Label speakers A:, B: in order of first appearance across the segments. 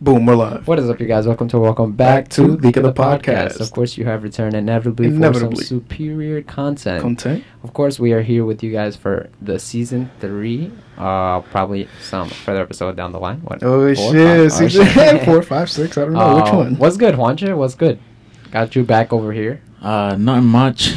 A: Boom, we're live.
B: What is up, you guys? Welcome to Welcome Back, to Leak of the Podcast. Of course, you have returned inevitably, for
A: Inevitably.
B: some superior content.
A: Content.
B: of course, we are here with you guys for the season three. Uh, probably some further episode down the line. What?
A: Oh
B: four,
A: shit!
B: five, or
A: season
B: shit.
A: four, five, six. I don't know which
B: Uh,
A: one.
B: What's good, Juancha? What's good? Got you back over here.
C: Uh, not much.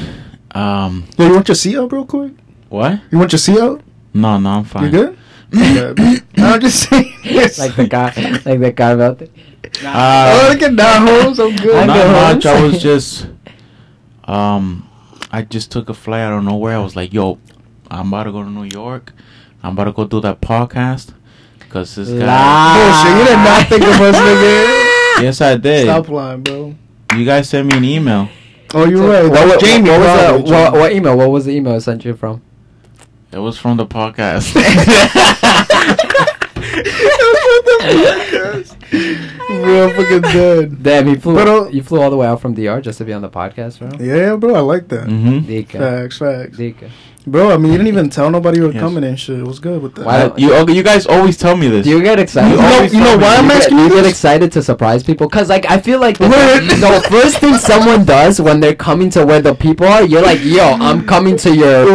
C: Um,
A: Yo, you want your seat up real quick?
C: what?
A: You want your seat up?
C: No, no, I'm fine.
A: You good? Okay. I'm just saying. Yes.
B: Like the guy, like the guy about the
A: oh,
C: Uh,
A: look at that, hoes. I'm
B: I'm
A: good.
C: not
B: good,
C: much.
B: Holmes.
C: I was just, um, I just took a flight. I don't know where. I was like, yo, I'm about to go to New York. I'm about to go do that podcast. Cause this guy.
A: Bullshit, you did not think of us, nigga.
C: Yes, I did.
A: Stop lying, bro.
C: You guys sent me an email.
A: Oh, you're
B: So,
A: right. That was Jamie.
B: What, was
A: probably,
B: the- what,
A: Jamie.
B: what email? What was the email I sent you from?
C: It was from the podcast.
A: Real fucking dead.
B: Damn, you flew.
A: But, uh,
B: you flew all the way out from DR just to be on the podcast, bro.
A: Yeah, bro, I like that.
C: mm-hmm.
B: Dika,
A: Facts, facts.
B: Dika.
A: Bro, I mean, you didn't even tell nobody you were
C: Yes.
A: coming and shit. What's good with that?
B: Why don't-
C: you okay, you guys always tell me this.
B: Do you get excited?
C: You know- you know why I'm
B: get-
A: asking you
B: you get
A: this?
B: excited to surprise people because, like, I feel like the,
A: Wait.
B: the first thing someone does when they're coming to where the people are, you're like, "Yo, I'm coming to your,"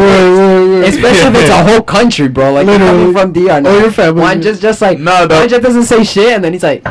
B: place." especially if it's a whole country, bro. Like,
A: Literally.
B: you're coming from DR.
A: Or your family.
B: One just, just like,
C: No, the-
B: one just doesn't say shit, and then he's like,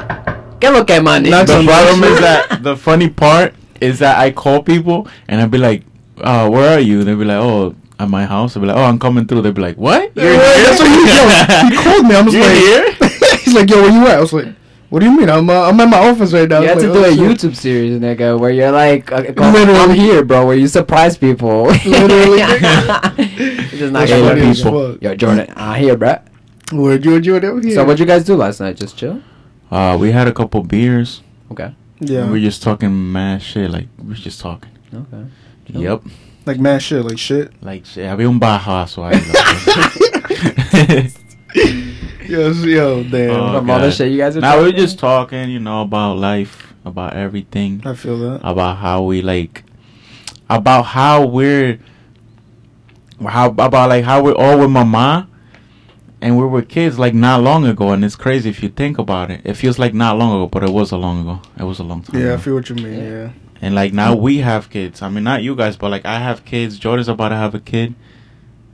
B: "Get look at my
A: Not
C: the
A: Some
B: nigga."
C: problem
A: bullshit.
C: is that the funny part is that I call people and I'd be like, uh, where are you? They'd be like, oh, at my house. I'd be like, oh, I'm coming through. They'd be like, what?
A: Yeah, That's what he, yo, he called me. I was
C: You
A: like,
C: here?
A: he's like, yo, where you at? I was like, what do you mean? I'm uh, I'm at my office right now.
B: You
A: I
B: have
A: was
B: to do a
A: like, oh, shit.
B: YouTube series, nigga, where you're like, uh, go-
A: Literally.
B: "I'm here, bro," where you surprise people.
A: Literally.
B: It's just not
A: That's
C: gonna
A: funny
C: be
B: gonna
A: as
C: people.
A: fuck.
B: Yo, Jordan, I'm here, bro.
A: Where Georgia? Whatever.
B: So, what'd you guys do last night? Just chill.
C: Uh, we had a couple beers.
B: Okay.
A: Yeah.
C: We were just talking mad shit. Like, we were just talking.
B: Okay.
C: Yep.
A: like mad shit. Like shit.
C: Like, shit. Había un bajazo ahí.
A: Yes. Yo. Damn.
C: Oh,
B: From all the
C: God.
B: shit you guys are
C: Now we we're
B: talking?
C: just talking, you know, about life, about everything.
A: I feel that.
C: about how we like about how we're how about like how we're all with mama and we were kids like not long ago and it's crazy if you think about it it feels like not long ago but it was a long ago it was a long time
A: Yeah. I
C: ago.
A: feel what you mean. Yeah.
C: and like now we have kids i mean not you guys but like i have kids jordan's about to have a kid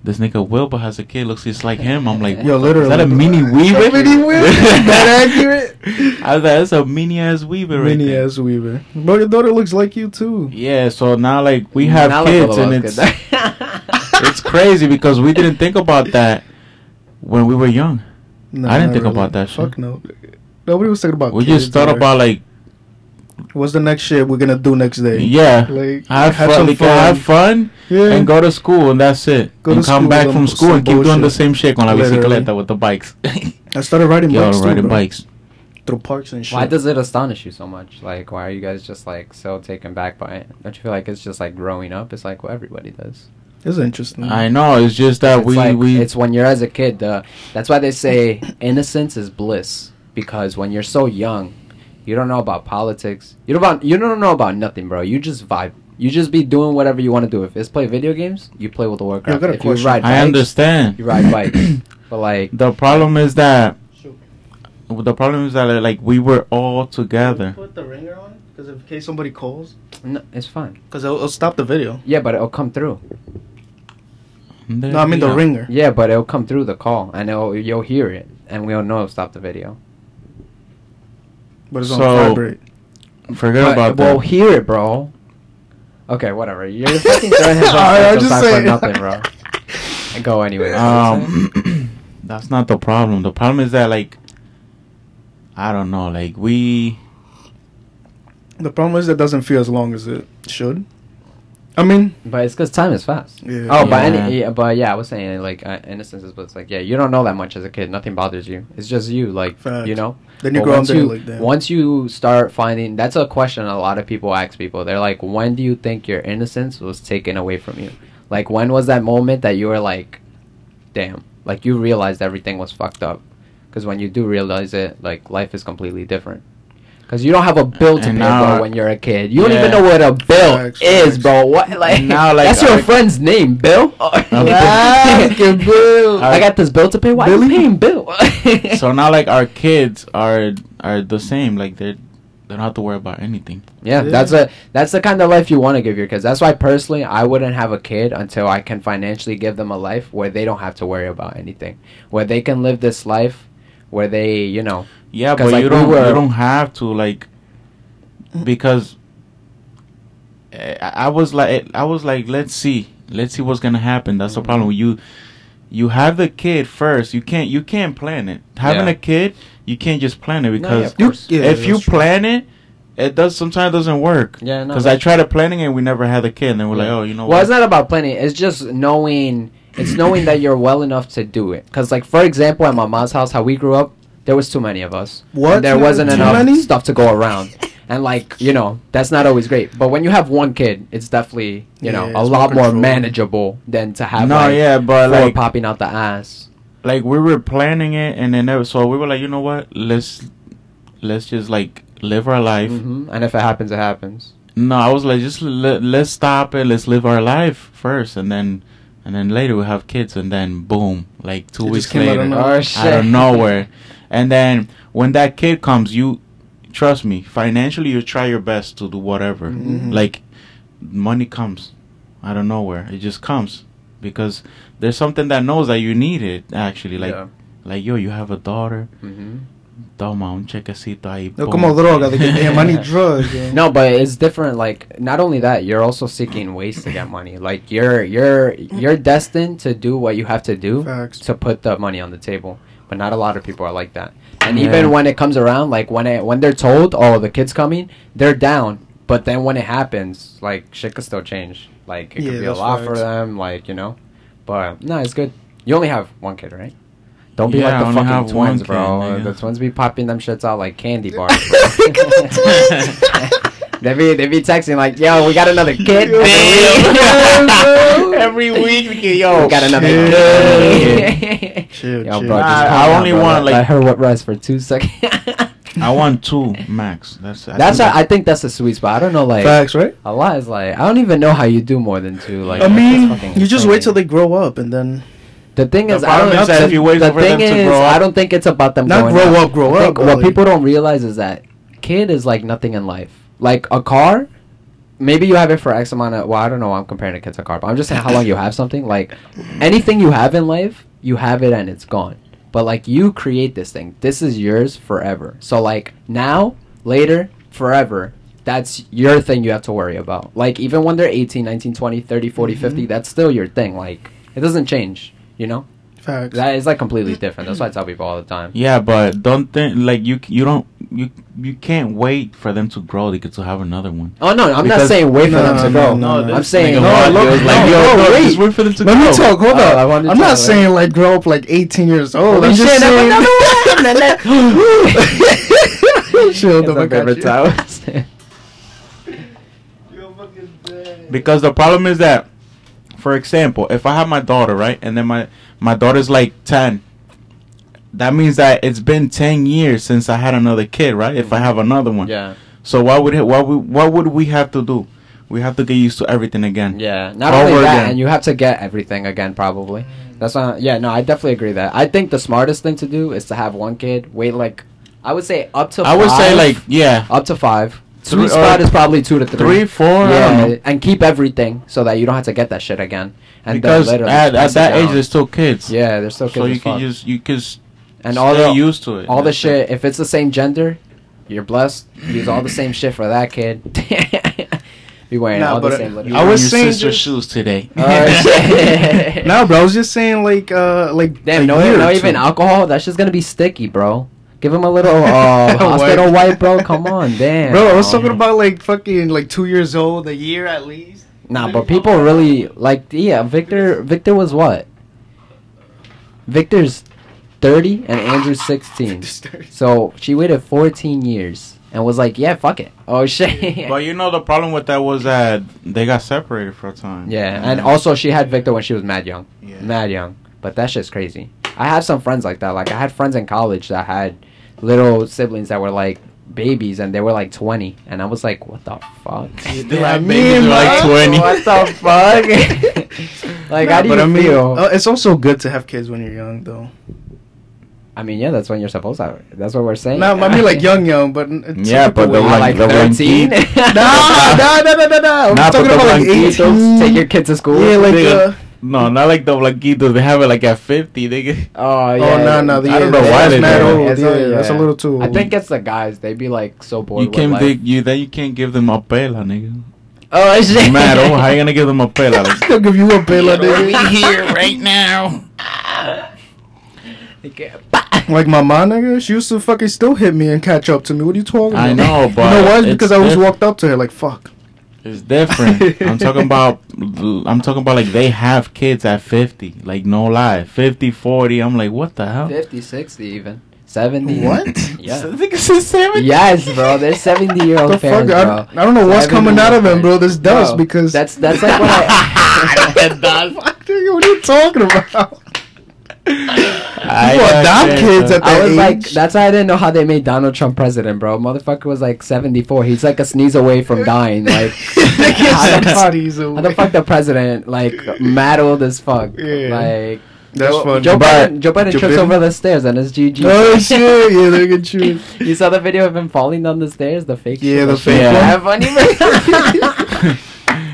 C: this nigga Wilbur has a kid. Looks just like him. I'm like,
A: Yo,
C: what the-
A: literally.
C: is that a mini weaver?
A: Mini weaver? That accurate?
C: I was like, that's a mini ass weaver, right
A: Mini
C: there.
A: ass Weaver. Bro, your daughter looks like you too.
C: Yeah. So now like we have
B: Now look at
C: kids,
B: all of
C: and
B: us,
C: it's
B: good.
C: it's crazy because we didn't think about that when we were young.
A: No,
C: I didn't
A: not
C: think about that shit.
A: Fuck no. Nobody was thinking about.
C: we
A: kids
C: just thought
A: or-
C: about like,
A: what's the next shit we're gonna do next day.
C: yeah,
A: Like,
C: have, fun, like, have fun,
A: Yeah.
C: and go to school, and that's it.
A: Go to
C: and come
A: school,
C: back
A: some-
C: from school
A: some
C: and keep doing the
A: bullshit.
C: same shit on la
A: Literally.
C: bicicleta with the bikes.
A: I started riding
C: Yo,
A: bikes. too,
C: riding
A: bro.
C: bikes.
A: through parks and shit.
B: why does it astonish you so much? Like, why are you guys just like so taken back by it? Don't you feel like it's just like growing up? It's like what everybody does.
A: It's interesting.
C: I know. It's just that
B: it's
C: we
B: like
C: we
B: it's when you're as a kid. Uh, that's why they say innocence is bliss because when you're so young, you don't know about politics. You don't about, you don't know about nothing, bro. You just vibe. You just be doing whatever you want to do. If it's play video games, you play with the Warcraft.
A: got a
B: if
A: question.
B: you ride,
C: I
B: bikes,
C: understand.
B: You ride bikes, but like
C: The problem is that the problem is that like we were all together.
A: Put the ringer on, because in case somebody calls,
B: no, it's fine.
A: because it'll, it'll stop the video.
B: Yeah, but it'll come through.
A: No, I mean the ringer.
B: Yeah, but it'll come through the call, and it'll, you'll hear it, and we'll know stop the video.
A: But it's on
C: So-
A: vibrate.
C: Forget
B: But
C: about
B: we'll
C: that.
B: hear it, bro. Okay, whatever. You're fucking throwing his
A: Alright, I'm just
B: aside
A: saying.
B: for nothing, bro. Go anyway. Uh,
C: um that's not the problem the problem is that like i don't know like we
A: The problem is that doesn't feel as long as it should. I mean,
B: But it's because time is fast.
A: Yeah.
B: Oh, but any,
C: Yeah.
B: yeah, but yeah, I was saying like uh, innocence is bliss. Like yeah, you don't know that much as a kid. Nothing bothers you. It's just you. Like
A: Facts.
B: you know.
A: Then you
B: But
A: grow up
B: once
A: there,
B: you-
A: like, damn.
B: Once you start finding, that's a question a lot of people ask people. They're like, when do you think your innocence was taken away from you? Like when was that moment that you were like, damn, like you realized everything was fucked up? Because when you do realize it, like life is completely different. Because you don't have a bill to
C: And
B: pay,
C: now-
B: bro, when you're a kid. You don't
C: Yeah.
B: even know what a bill
A: Facts,
B: is,
A: facts.
B: bro. What like,
C: And now, like,
B: that's your
C: I-
B: friend's name, Bill.
C: I-
B: Bill.
C: I-
B: I got this bill to pay. Why are you
A: Billy?
B: paying Bill?
C: so now like our kids are are the same. Like they're they don't have to worry about anything.
B: Yeah,
A: Yeah.
B: that's a that's the kind of life you want to give your kids. That's why personally, I wouldn't have a kid until I can financially give them a life where they don't have to worry about anything, where they can live this life, where they, you know,
C: Yeah,
B: 'Cause,
C: but
B: like,
C: you
B: we
C: don't
B: were-
C: you don't have to like because eh, I I was like I was like let's see let's see what's gonna happen. That's the problem. You you have the kid first. You can't you can't plan it. Having
B: Yeah.
C: a kid, you can't just plan it
B: No, yeah,
C: because
B: of course.
A: You- yeah.
C: if you
A: that's true.
C: plan it. It does sometimes doesn't work.
B: Yeah, no,
C: Because I
B: that's-
C: tried to planning and we never had a kid. And then we're like, oh, you know
B: Well, it's not about planning. It's just knowing. It's knowing that you're well enough to do it. Because, like, for example, at my mom's house, how we grew up, there was too many of us.
A: What?
B: And there wasn't
A: Too
B: enough
A: many?
B: stuff to go around. And like you know, that's not always great. But when you have one kid, it's definitely you know
A: Yeah,
B: a
A: it's
B: lot
A: more
B: more
A: controlled.
B: manageable than to have
C: No,
B: like
C: yeah, but,
B: four
C: like-
B: popping out the ass.
C: like we were planning it and then never so we were like you know what let's let's just like live our life
B: hmm And if it happens, it happens.
C: no i was like just le- let's stop it let's live our life first and then and then later we have kids and then boom like two
A: It just
C: weeks
A: came out of
C: later
A: nowhere.
B: Oh,
C: out
B: shit.
C: of nowhere and then when that kid comes you trust me financially you try your best to do whatever
A: Mhm.
C: like money comes out of nowhere it just comes because there's something that knows that you need it actually like
B: Yeah.
C: like yo you have a daughter
A: Mm-hmm.
B: hmm
C: toma un chequecito ahí
A: No,
C: boom.
A: como droga, de que, damn, I need drugs. yo.
B: No, but it's different. Like, not only that, you're also seeking ways to get money. Like, you're you're you're destined to do what you have to do
A: Facts.
B: to put the money on the table. But not a lot of people are like that. And
C: Yeah.
B: even when it comes around, like when it when they're told, oh, the kid's coming, they're down. But then when it happens, like shit could still change. Like it
A: Yeah,
B: could be a
A: that's
B: lot for
A: facts.
B: them. Like you know, but no, it's good. You only have one kid, right? Don't be
C: Yeah, I
B: like the
C: only have
B: fucking
C: one
B: twins, bro.
C: kid, nigga.
B: the twins be popping them shits out like candy bars. bro. They be they be texting like, yo, we got another kid.
A: Yo,
B: Damn.
C: Every week we get, yo,
B: we got another
A: shit.
B: kid.
A: Chill,
B: yo,
A: chill.
B: bro, just
C: I-
B: calm
C: I
B: down,
C: only
B: bro. Let-
C: want, like-
B: let her what rest for two seconds.
C: I want two max. That's I
B: That's
C: think
B: a, I think that's the sweet spot. I don't know like
A: Facts, right?
B: a lot is like I don't even know how you do more than two. Like
A: I
B: that's
A: mean,
B: fucking
A: you just wait till they
B: insane.
A: grow up and then.
B: The thing
C: The
B: is, I
C: problem
B: don't.
C: is that if you wait
B: the
C: for them
B: thing
C: to
B: is,
C: grow up-
B: I don't think it's about them.
A: Not
B: growing
A: grow up, grow
B: I
A: up,
B: think
A: but
B: What
A: like-
B: people don't realize is that kid is like nothing in life. Like a car, maybe you have it for X amount of. Well, I don't know. why I'm comparing a kid to a car, but I'm just saying how long you have something. Like anything you have in life, you have it and it's gone. But like you create this thing. This is yours forever. So like now, later, forever. That's your thing you have to worry about. Like even when they're 18, 19, 20, 30, 40, 50, that's still your thing. Like it doesn't change, you know?
A: Facts.
B: That is like completely different. That's why I tell people all the time.
C: Yeah, but don't think like you you don't you you can't wait for them to grow to get to have another one.
B: Oh no, I'm not
C: Because-
B: saying wait for
A: No,
B: them to
A: no,
B: go.
A: no, no,
B: I'm
A: this
B: saying
A: nigga Juan
B: no, I
A: Diego
B: look-
A: is
B: no,
A: like,
C: yo,
B: no,
C: bro,
B: wait.
C: just wait for them to
A: Let
C: grow.
A: me talk. Hold
B: Oh, I
A: up.
B: wanted to
A: I'm not
B: talk,
A: saying like grow up like 18 years old. I'm just
B: shit, I'm
A: saying. Chill
B: It's
A: the
B: my
A: fuck out.
B: favorite
A: chill.
B: time.
C: Because the problem is that, for example, if I have my daughter right, and then my my daughter's like ten, that means that it's been ten years since I had another kid, right? If I have another one,
B: yeah,
C: So why would it, what would what would we have to do? We have to get used to everything again.
B: yeah. Not
C: Over
B: only that,
C: again.
B: and you have to get everything again probably. That's not. Yeah, no, I definitely agree that. I think the smartest thing to do is to have one kid. Wait, like I would say up to.
C: I would say
B: five.
C: like yeah,
B: up to five.
C: Three-
B: Sweet spot
C: or
B: is probably two to three.
C: three, four. I don't know.
B: Yeah, and keep everything so that you don't have to get that shit again. And then
C: because
B: literally
C: at,
B: pass
C: at
B: it
C: that age
B: down.
C: they're still kids.
B: yeah, they're still kids.
C: So
B: as
C: you can
B: fuck.
C: just you can s-
B: and all
C: stay
B: the
C: used to it.
B: all the
C: That's
B: shit.
C: it.
B: If it's the same gender, you're blessed. Use all the same shit for that kid. Be wearing
A: Nah,
B: all the
A: but,
B: same.
A: uh,
B: little-
C: You
A: I
C: were in
A: was
C: your
A: saying
C: sister's
A: just-
C: shoes today.
B: Oh, shit.
A: No, bro. I was just saying like uh like
B: Damn,
A: a
B: no,
A: year or
B: no,
A: two.
B: even alcohol. That's just gonna be sticky, bro. Give him a little uh, hospital wipe, bro. Come on, damn.
A: Oh, Bro, I was
B: Oh,
A: talking about like fucking like two years old, a year at least.
B: Nah, but people really like yeah, Victor Victor was what? Victor's 30 and Andrew's 16. So she waited 14 years and was like, "Yeah, fuck it." Oh shit.
C: But you know the problem with that was that they got separated for a time.
B: yeah, and also she had Victor when she was mad young.
C: Yeah.
B: Mad young. But that shit's crazy. I have some friends like that. Like I had friends in college that had little siblings that were like babies and they were like 20 and I was like, "What the fuck?"
C: They're
A: Yeah,
C: like
A: me
C: babies
A: and
C: are like
A: my-
C: twenty.
B: What the fuck? like,
A: Nah,
B: how do you
A: but I mean,
B: feel?
A: uh, it's also good to have kids when you're young, though.
B: I mean, yeah, that's when you're supposed to. That's what we're saying.
A: Nah, I mean like young, young, but it's
C: Yeah, but
A: way-
C: the
B: Like,
C: one-
B: like
C: the
B: thirteen.
C: one
A: Nah, nah, nah, nah, nah, nah. I'm
C: Nah,
A: talking
C: but the
A: about like
C: blanquitos
A: 18.
B: Take your kid to school.
A: yeah, like
C: Nigga.
A: uh,
C: No, not like the blanquitos. They have it like at fifty. They get
B: oh yeah.
A: oh no,
B: yeah.
A: no,
C: the-
A: yeah,
C: I don't know
A: that's
C: why they
A: mad
C: do that.
A: old,
B: That's
A: yeah,
B: all-
A: that's a
B: yeah.
A: little too.
B: I
A: old.
B: think it's the guys. They be like so bored.
C: you
B: with
C: can't
B: life.
C: dig you then you can't give them a pela, nigga.
B: Oh shit.
C: Mad oh, how you gonna give them a pela? Like,
A: they'll give you a bella, nigga.
C: here right now.
B: You can't- bah.
A: uh, Like my mom, nigga, she used to fucking still hit me and catch up to me. What are you talking
C: I
A: about?
C: know, but
A: you know why? It's
C: it's
A: Because I always
C: diff-
A: walked up to her like, "Fuck."
C: It's different. I'm talking about I'm talking about like they have kids at 50. Like no lie. 50, 40. I'm like, what the hell?
B: 50, 60 even. 70.
C: So
B: Yeah.
C: I think it's a 70.
B: Yes, bro. There's 70 year
A: The
B: old
A: fuck?
B: parents,
A: I,
B: bro.
A: I don't know what's coming out of him, bro. This dust
B: Bro,
A: because
B: that's that's like what I.
C: That does.
A: Fuck, nigga, what are you talking about?
C: I
A: You
C: got
A: adopt
C: kids,
A: kids
C: uh,
A: at
B: I
A: that
B: was
A: age.
B: like, that's how I didn't know how they made Donald Trump president, bro. Motherfucker was like 74. He's like a sneeze away from dying. Like, how, the fuck,
A: Bodies
B: how the
A: away.
B: fuck the president, like, mad old as fuck?
A: Yeah.
B: Like,
A: That's
B: Joe,
A: funny.
B: Joe
C: But-
B: Biden, Joe Biden
A: Joe
B: trips
A: Biden-
B: over the stairs and it's GG.
A: Oh shit! Yeah, look at you.
B: You saw the video of him falling down the stairs? The fake
A: Yeah,
B: shit?
A: the fake
B: Yeah.
A: one.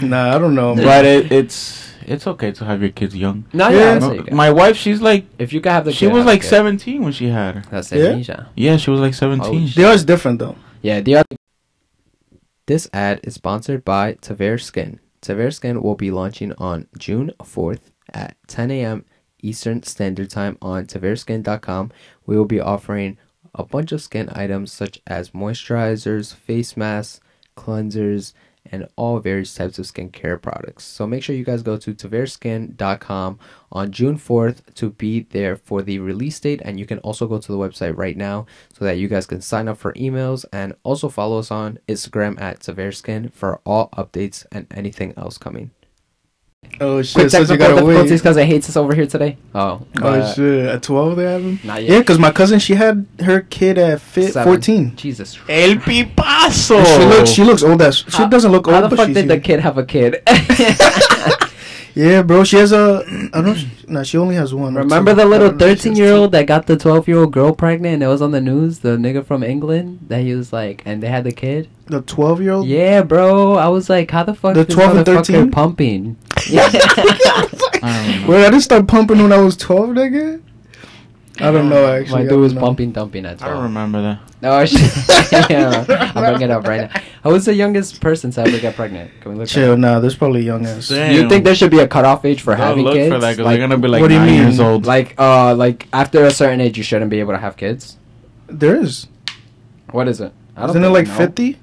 A: Nah, I don't know. man.
C: But it, it's it's okay to have your kids young.
B: no, yeah,
A: Yeah.
B: that's
C: My,
B: it, yeah.
C: my wife, she's like
B: If you could have the kid,
C: she was
B: have the
C: like
B: kid.
C: 17 when she had her.
B: That's
A: Yeah?
B: it, yeah.
C: Yeah, she was like
B: Oh,
C: 17.
A: They are different though.
B: Yeah, the other. This ad is sponsored by Tavere Skin. Tavere Skin will be launching on June 4th at 10 a.m. Eastern Standard Time on TavereSkin.com. We will be offering a bunch of skin items such as moisturizers, face masks, cleansers, and all various types of skincare products. So make sure you guys go to taverskin.com on June 4th to be there for the release date. And you can also go to the website right now so that you guys can sign up for emails and also follow us on Instagram at taverskin for all updates and anything else coming.
A: Oh
B: Quick
A: shit! So you
B: technical
A: gotta
B: difficulties
A: wait.
B: because I hate this over here today. Oh,
A: Oh
B: but
A: shit! At twelve they have him.
B: Not yet.
A: Yeah, because my cousin she had her kid at fit,
B: seven.
A: fourteen.
B: Jesus. Christ.
C: El Pipasso.
A: She looks she looks old as she
B: How-
A: doesn't look
B: How
A: old.
B: the
A: but
B: fuck
A: she's
B: did the
A: young.
B: kid have a kid?
A: Yeah, bro. She has a. I don't. No, she only has one. or
B: Remember
A: two.
B: the
A: I
B: little
A: don't know if she has
B: 13 year old that got the 12 year old girl pregnant and it was on the news? The nigga from England that he was like, and they had the kid?
A: two. The twelve year old.
B: Yeah, bro. I was like, how the fuck
A: The
B: is this
A: 12 and
B: motherfucker
A: 13?
B: pumping? Yeah.
C: I don't know.
A: Wait, I didn't start pumping when I was twelve, nigga. I don't know actually.
B: My
A: I
B: dude
A: don't
B: was
A: know.
B: pumping, dumping at
C: I don't
B: 12.
C: remember that.
B: No, shit. yeah, I'll bring it up right now. I was the youngest person to ever get pregnant. Can we look at
A: Chill, nah. There's probably young ass.
C: Damn.
B: You think there should be a cutoff age for
C: Don't
B: having
C: look
B: kids?
C: for that 'cause
B: like,
C: they're gonna be like
A: what do you
C: nine
A: mean?
C: years old.
B: like, uh, like after a certain age, you shouldn't be able to have kids.
A: There is.
B: What is it? I
A: Isn't it
B: think
A: like
B: I know.
A: fifty?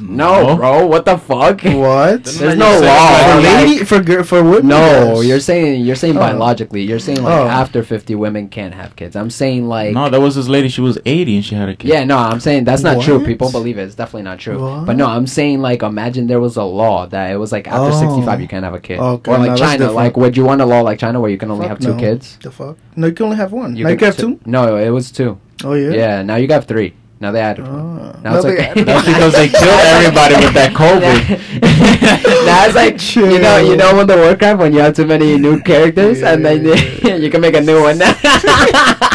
B: No, bro. What the fuck?
A: What?
C: Doesn't
B: There's
C: Like
B: no
C: you said,
B: law.
A: For
C: like-
A: lady for gir- for women.
B: No,
A: yes.
B: you're saying you're saying
A: Oh.
B: biologically. You're saying like
A: Oh.
B: after 50 women can't have kids. I'm saying like
C: no, there was this lady. She was 80 and she had a kid.
B: Yeah, no, I'm saying that's not true.
A: What?
B: People believe it. It's definitely not true.
A: What?
B: But no, I'm saying like imagine there was a law that it was like after
A: Oh.
B: 65 you can't have a kid.
A: Okay,
B: or
A: no,
B: like
A: that's
B: China,
A: different.
B: like would you want a law like China where you can only
A: Fuck
B: have two
A: no.
B: kids?
A: The fuck? No, you can only have one. now you
B: could-
A: can have two.
B: No, it was two.
A: Oh yeah.
B: Yeah, now you got three. Now they added one.
A: Ah.
B: Now it's
A: Now
B: like-
A: they added-
C: That's because they killed everybody with that COVID.
B: Now it's like you know, you know when the Warcraft when you have too many new characters and then
A: Yeah.
B: you, you can make a new one.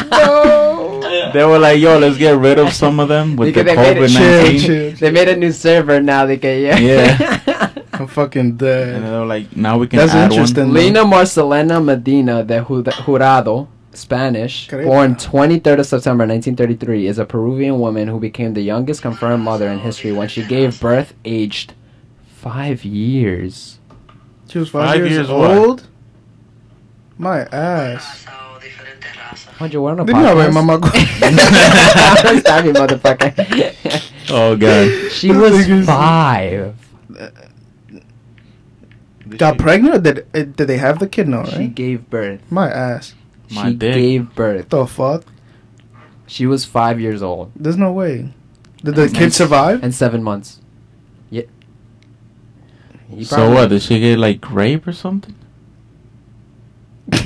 A: No.
C: They were like, yo, let's get rid of some of them with
B: Because
C: the
B: they made it
C: COVID
A: Chill,
C: 19.
A: chill.
B: They made a new server now. They can yeah.
C: Yeah.
A: I'm fucking
C: And they
A: dead.
C: were like, now we can
A: That's
C: add
A: interesting.
C: one.
B: Lina Marcelena Medina de Ju- Jurado, Spanish,
A: Crema.
B: born 23rd of September 1933, is a Peruvian woman who became the youngest confirmed mother in history when she gave birth aged five years.
A: She was five,
C: Five
A: years,
C: years what?
A: old. My ass.
D: raza o diferentes razas.
B: Mind you, we're on a
A: Did you alright,
B: podcast.
A: Mama?
B: I'm sorry, motherfucker.
C: Oh, God.
B: She was five.
C: Did
A: Got
C: she-
A: pregnant? Or did uh, did they have the kid? No,
B: She
A: right?
B: gave birth.
A: My ass.
C: My
B: she
C: dick.
B: gave birth.
A: The fuck?
B: She was five years old
A: There's no way. Did the
B: And-
A: kid survive?
B: and seven months. Yeah. He
C: So
B: probably-
C: what? Did she get like rape or something?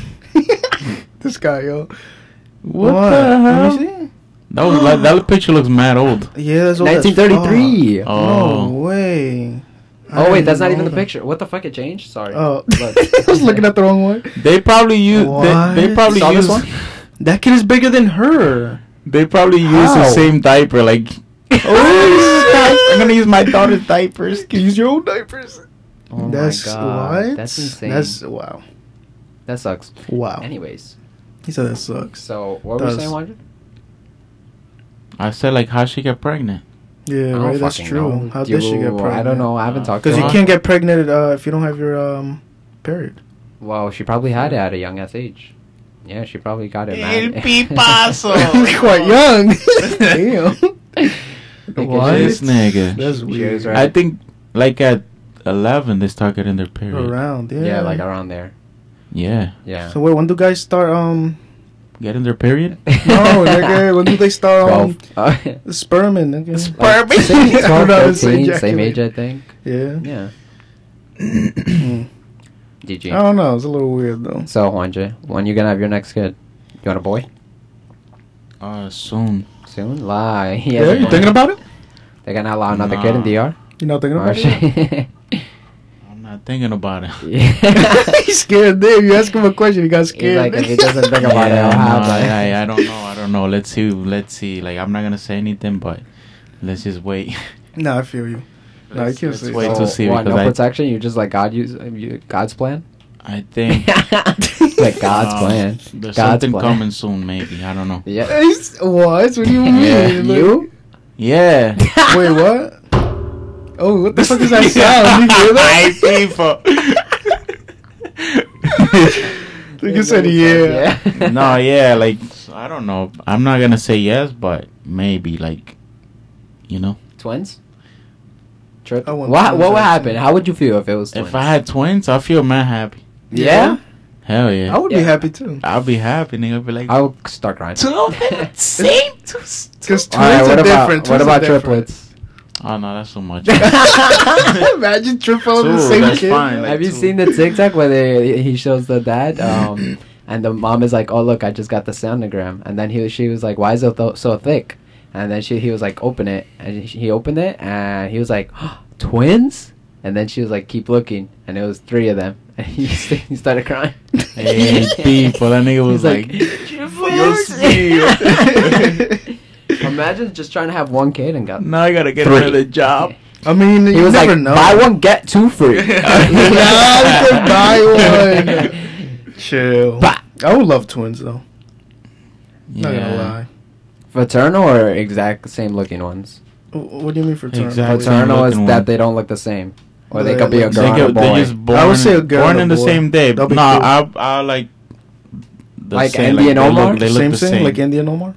A: this guy, yo.
C: What, the hell?
A: Let me
C: That was like, that picture looks mad old.
A: see. Yeah, that's all that
B: 1933.
A: fuck.
C: Oh.
A: No way. I
B: Oh wait,
A: didn't
B: that's not even
A: know
B: the
A: that.
B: picture. What the fuck? It changed. Sorry.
A: Oh,
B: Look.
A: I was looking at the wrong one.
C: They probably use
A: What?
C: they, they probably
B: Saw this
C: use
B: one?
A: That kid is bigger than her.
C: they probably use the
A: How?
C: same diaper. Like
A: Oh,
C: I'm gonna use my daughter's diapers.
A: Use your own diapers.
B: Oh my
A: that's
B: God.
A: what?
B: That's insane.
A: That's Oh. wow.
B: that sucks.
A: Wow.
B: Anyways,
A: He said that sucks.
B: so what were
A: That
B: we
A: was-
B: saying, Wanda?
C: I said like how she get pregnant?
A: Yeah,
B: I don't
A: right. That's
B: fucking
A: true.
B: know,
A: How did she
B: dude.
A: get pregnant?
B: I don't know. I haven't talked to
A: Because you
B: her.
A: can't get pregnant uh, if you don't have your um period.
B: Well, she probably had it at a young ass age. Yeah, she probably got it.
C: El
B: man.
C: pipazo.
A: Quite young. Damn.
B: What?
C: This nigga.
A: That's
B: She
A: weird.
B: was
C: I
B: Right.
C: think like at eleven they start getting their period.
A: Around, yeah.
B: yeah. like around there.
C: Yeah,
B: Yeah.
A: So wait, when do guys start um?
C: getting their period.
A: No, nigga. When do they start um?
B: Twelve. Uh,
A: Sperm and nigga.
B: like,
C: Barbie.
B: six,
A: I don't
B: 12,
A: know, it's
B: 13, same
A: ejaculate.
B: age, I think.
A: Yeah.
B: Yeah.
A: Mm. I
B: DG.
A: don't know. It's a little weird though.
B: So, Juanje, when you gonna have your next kid? You want a boy?
C: Uh, soon.
B: Soon? Lie. He
A: Yeah,
B: has a
A: you
B: boy.
A: thinking about it?
B: They're gonna allow another kid in
C: Nah.
B: DR?
A: You not thinking
B: Or
A: about it?
B: she-
C: I'm not thinking about it.
B: Yeah.
A: He's scared there. You ask him a question, he got
B: He's
A: scared.
B: like, if he doesn't think about it,
C: Yeah,
B: I'll have
C: no,
B: it.
C: I, I, I don't know. I don't know. Let's see. Let's see. Like I'm not gonna say anything, but let's just wait.
A: nah, I feel you. Nah, I
C: Let's-
A: can't
C: let's
A: say
C: wait
A: so.
C: till see
B: what,
C: because
B: no
C: I-
B: protection? You just like God use you, God's plan?
C: I think
B: like God's
C: um,
B: plan.
C: There's
B: God's
C: something
B: plan.
C: coming soon, maybe. I don't know.
B: Yeah.
A: It's- what? What do you mean?
C: Yeah.
A: Like-
B: You?
C: Yeah.
A: Wait, what? Oh, what the fuck is that sound? You hear that? Nigga said, yeah.
C: no, yeah, like I don't know. I'm not gonna say yes, but maybe, like, you know,
B: Twins? Trip?
A: I
B: What,
A: want
B: what
A: twins,
B: would
A: actually.
B: happen? How would you feel if it was twins? Oh.
C: if I had twins, I feel mad happy.
B: yeah?
C: Hell
A: I
C: yeah,
A: would
B: Yeah.
A: be happy too.
C: I'll be happy. Nigga, I'll be like,
B: I would start crying.
C: same. Two,
A: Because twins
B: Alright,
A: are
B: what about,
A: different.
B: what
A: twins
B: about
A: are different.
B: triplets?
C: oh no, that's so much.
A: Imagine triple on the
C: Two,
A: same
C: that's
A: kid.
C: fine. Like
B: Have you
C: two.
B: seen the TikTok where they, he shows the dad, um, and the mom is like, "Oh look, I just got the sonogram," and then he she was like, "Why is it th- so thick?" And then she he was like, "Open it," and she, he opened it, and he was like, "Twins," and then she was like, "Keep looking," and it was three of them, and he, st- he started crying.
C: hey, people, that nigga was
B: He's like,
C: like,
B: "Triplets." Imagine just trying to have one kid and got.
C: now I gotta get
B: Three.
C: another job.
A: I mean,
B: He
A: you
B: was
A: never
B: like,
A: know.
B: "Buy one, get two free."
A: now I can buy one. Chill.
B: Bah.
A: I would love twins though. Not gonna
C: Yeah.
A: lie.
B: Fraternal or exact same looking ones?
A: Wh- What do you mean fraternal?
C: Exactly. Same
B: Fraternal is
C: looking
B: that
C: one.
B: they don't look the same, or they
A: They
B: could be a
A: look-
B: girl
C: They
B: and a
C: get,
B: boy.
C: they just born,
A: I would say a girl
C: born
A: and a
C: in the
A: boy.
C: same day. No,
A: That'd be cool.
C: I, I like the
B: Like
C: same,
B: Andy and
C: they
B: Omar?
C: Look, they look
A: same
C: the
A: thing,
C: same.
A: like Indian Omar.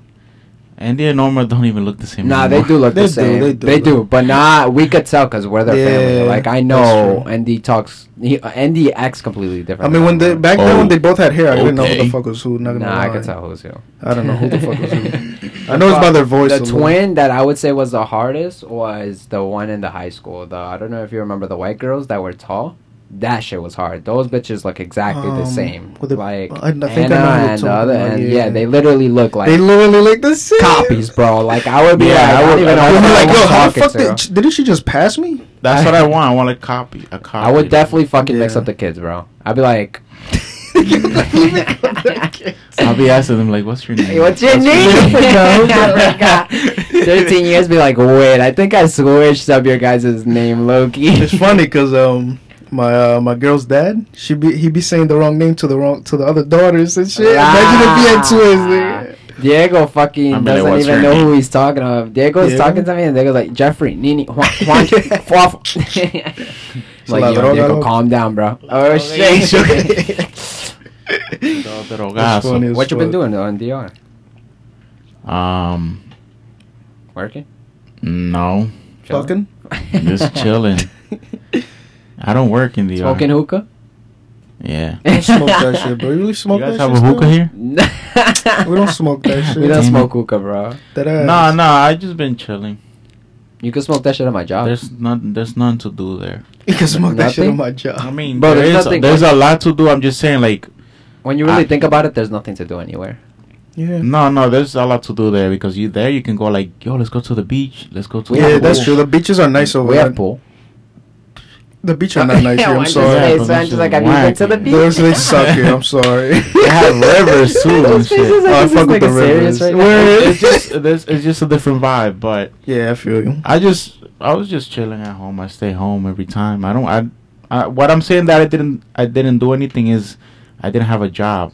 C: Andy and Omar don't even look the same.
B: Nah, they
C: anymore.
B: do look
A: They
B: the
A: do,
B: same.
A: they
B: they
A: do
B: do,
A: look-
B: but nah, we could tell because we're their
A: Yeah,
B: family. Like I
A: that's
B: know,
A: true.
B: Andy talks. He Andy acts completely
A: I
B: different.
A: mean, when they back then when they both had hair, I didn't know who
C: Okay.
A: the fuck was who. Not gonna
B: nah, I
A: lie.
B: could tell who's who.
A: I don't know who the fuck was who. I know it's by their voice.
B: The
A: alone.
B: twin that I would say was the hardest was the one in the high school. The I don't know if you remember the white girls that were tall. That shit was hard. Those bitches look exactly the
A: Um,
B: same.
A: with the-
B: like
A: I- I think I know
B: Anna
A: who you're
B: and
A: talking
B: the other,
A: about,
B: and yeah.
A: yeah.
B: they literally look like
A: They literally look the same.
B: copies, bro. Like I would be
C: Yeah,
B: like, I,
C: I
B: don't
C: would-
B: even know
C: I
A: I'd
B: who
A: be
B: the
A: like,
B: fuck
A: yo,
B: I'm
A: how the
B: talking
A: fuck
B: to.
A: did, didn't she just pass me?
C: That's what I want. I want a copy. A copy.
B: I would definitely fucking mix
A: Yeah.
B: up the kids, bro. I'd be like,
C: I'll be asking them like, "What's your name?
B: hey, what's your name?
A: I
B: Thirteen years, be like, wait, I think I switched up your guys' name, Loki.
A: It's funny because um my uh, my girl's dad she be he be saying the wrong name to the wrong to the other daughters and shit. Imagine if he had twins.
B: Diego fucking
C: I mean, like,
B: doesn't
C: what's
B: even
C: your
B: know
C: name?
B: who he's talking of. Diego's
A: Yeah.
B: talking to me, and Diego's like, Jeffrey, Nini, Juan, Juan, Juan. like, yo,
A: Ladrón,
B: Diego,
A: ladrón.
B: calm down, bro. Oh,
A: nigga.
B: shit.
A: That's funny as
B: what you been
A: fuck.
B: doing on DR?
C: Um,
B: Working?
C: no,
B: Chilling?
A: Fucking.
C: just chilling. I don't work in the
B: Smoking
C: yard.
B: hookah?
C: Yeah.
A: I don't smoke that shit, bro. You really
C: You
A: smoke
C: guys
A: that
C: have a
A: shit?
C: hookah
A: still?
C: here?
A: We don't smoke that shit.
B: We don't
C: Damn
B: smoke hookah, bro.
A: That
C: No,
A: ass.
C: no. I just been chilling.
B: You can smoke that shit at my job.
C: There's not. There's none to do there.
A: You can smoke that shit
B: Nothing?
A: on my job.
C: I mean,
B: Bro,
C: there
B: there's
C: is.
B: nothing-
C: There's a lot to do. I'm just saying, like,
B: when you really
C: I-
B: think about it, there's nothing to do anywhere.
A: yeah.
C: no, no. There's a lot to do there because you there. You can go like, yo, let's go to the beach. Let's go to.
B: We
C: the
A: yeah,
B: have
A: that's
C: pool."
A: true. The beaches are nice over
B: we
A: there.
B: have pool.
A: The beaches are not nice here. I'm
B: Why
A: sorry.
C: say-
B: does it say, so I'm just like, have you
C: Why?
B: been to the beach?
A: Those they suck here. I'm sorry.
C: They have rivers too and
B: Those faces
C: shit.
B: like,
A: Oh, I
B: is this
A: fuck with
B: nigga
A: the rivers.
B: serious right now?
A: Where-
C: it's just there's, it's just a different vibe. But
A: yeah, I feel you.
C: I just I was just chilling at home. I stay home every time. I don't. I, I what I'm saying that I didn't I didn't do anything is I didn't have a job.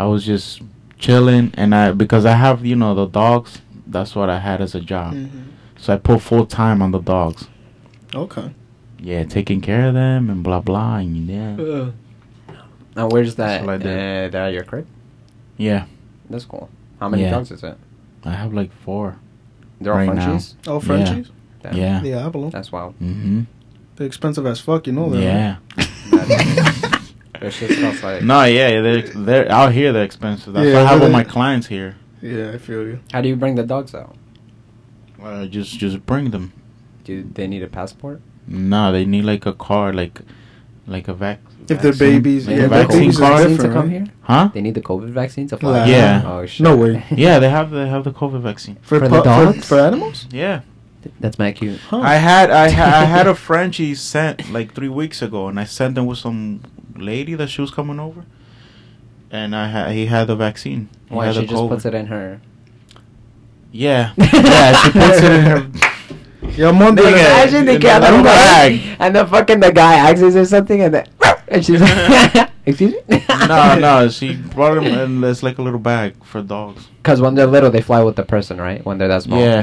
C: I was just chilling and I because I have you know the dogs. That's what I had as a job.
A: Mm.
C: So I put full time on the dogs.
A: Okay.
C: Yeah, taking care of them and blah blah and yeah.
B: Now, where's that?
C: That's what I
B: uh,
C: did.
B: that at your crib?
C: Yeah,
B: That's cool. How many
C: Yeah.
B: dogs is it?
C: I have like four.
B: They're all
C: Right now.
B: Frenchies?
A: Oh,
C: Frenchies?
A: Frenchies?
B: Damn,
C: Yeah.
A: Yeah, I believe.
B: That's wild.
C: Mm-hmm.
A: They're expensive as fuck, you know that.
C: Yeah.
B: Their shit smells like...
C: No, yeah, they're they're out here. They're expensive. That's
A: Yeah,
C: why I have
A: but
C: all
A: they-
C: my clients here.
A: Yeah, I feel you.
B: How do you bring the dogs out?
C: Uh, just just bring them.
B: Do they need a passport?
C: No, they need like a car, like like a vac.
A: If they're
C: vaccine-
A: babies,
C: like
A: yeah,
C: a
A: they're
C: vaccine
A: babies are
C: card.
A: different.
B: to come
A: right?
B: here?
C: Huh?
B: They need the COVID vaccine to fly?
A: Nah.
C: Yeah.
B: Oh, shit.
A: No way.
C: Yeah, they have they have the COVID vaccine.
A: For,
B: For
A: for,
B: the
A: for,
B: dogs?
A: for animals?
C: Yeah,
B: That's mad cute.
A: Huh.
C: I had I ha- I had a Frenchie sent like three weeks ago, and I sent him with some lady that she was coming over, and I ha- he had the vaccine. He
B: Why
C: had
B: she
C: the
B: just
C: COVID.
B: puts it in her?
C: Yeah, yeah, she puts it in her.
A: Yeah, I'm wondering.
C: Nigga,
B: Imagine the
C: in
B: cat
C: the
B: on the
C: bag.
B: bag, and the fucking the guy axes or something, and then and she's like, excuse me.
C: No, no, she brought him and it's like a little bag for dogs.
B: Because when they're little, they fly with the person, right? When they're that small,
C: Yeah.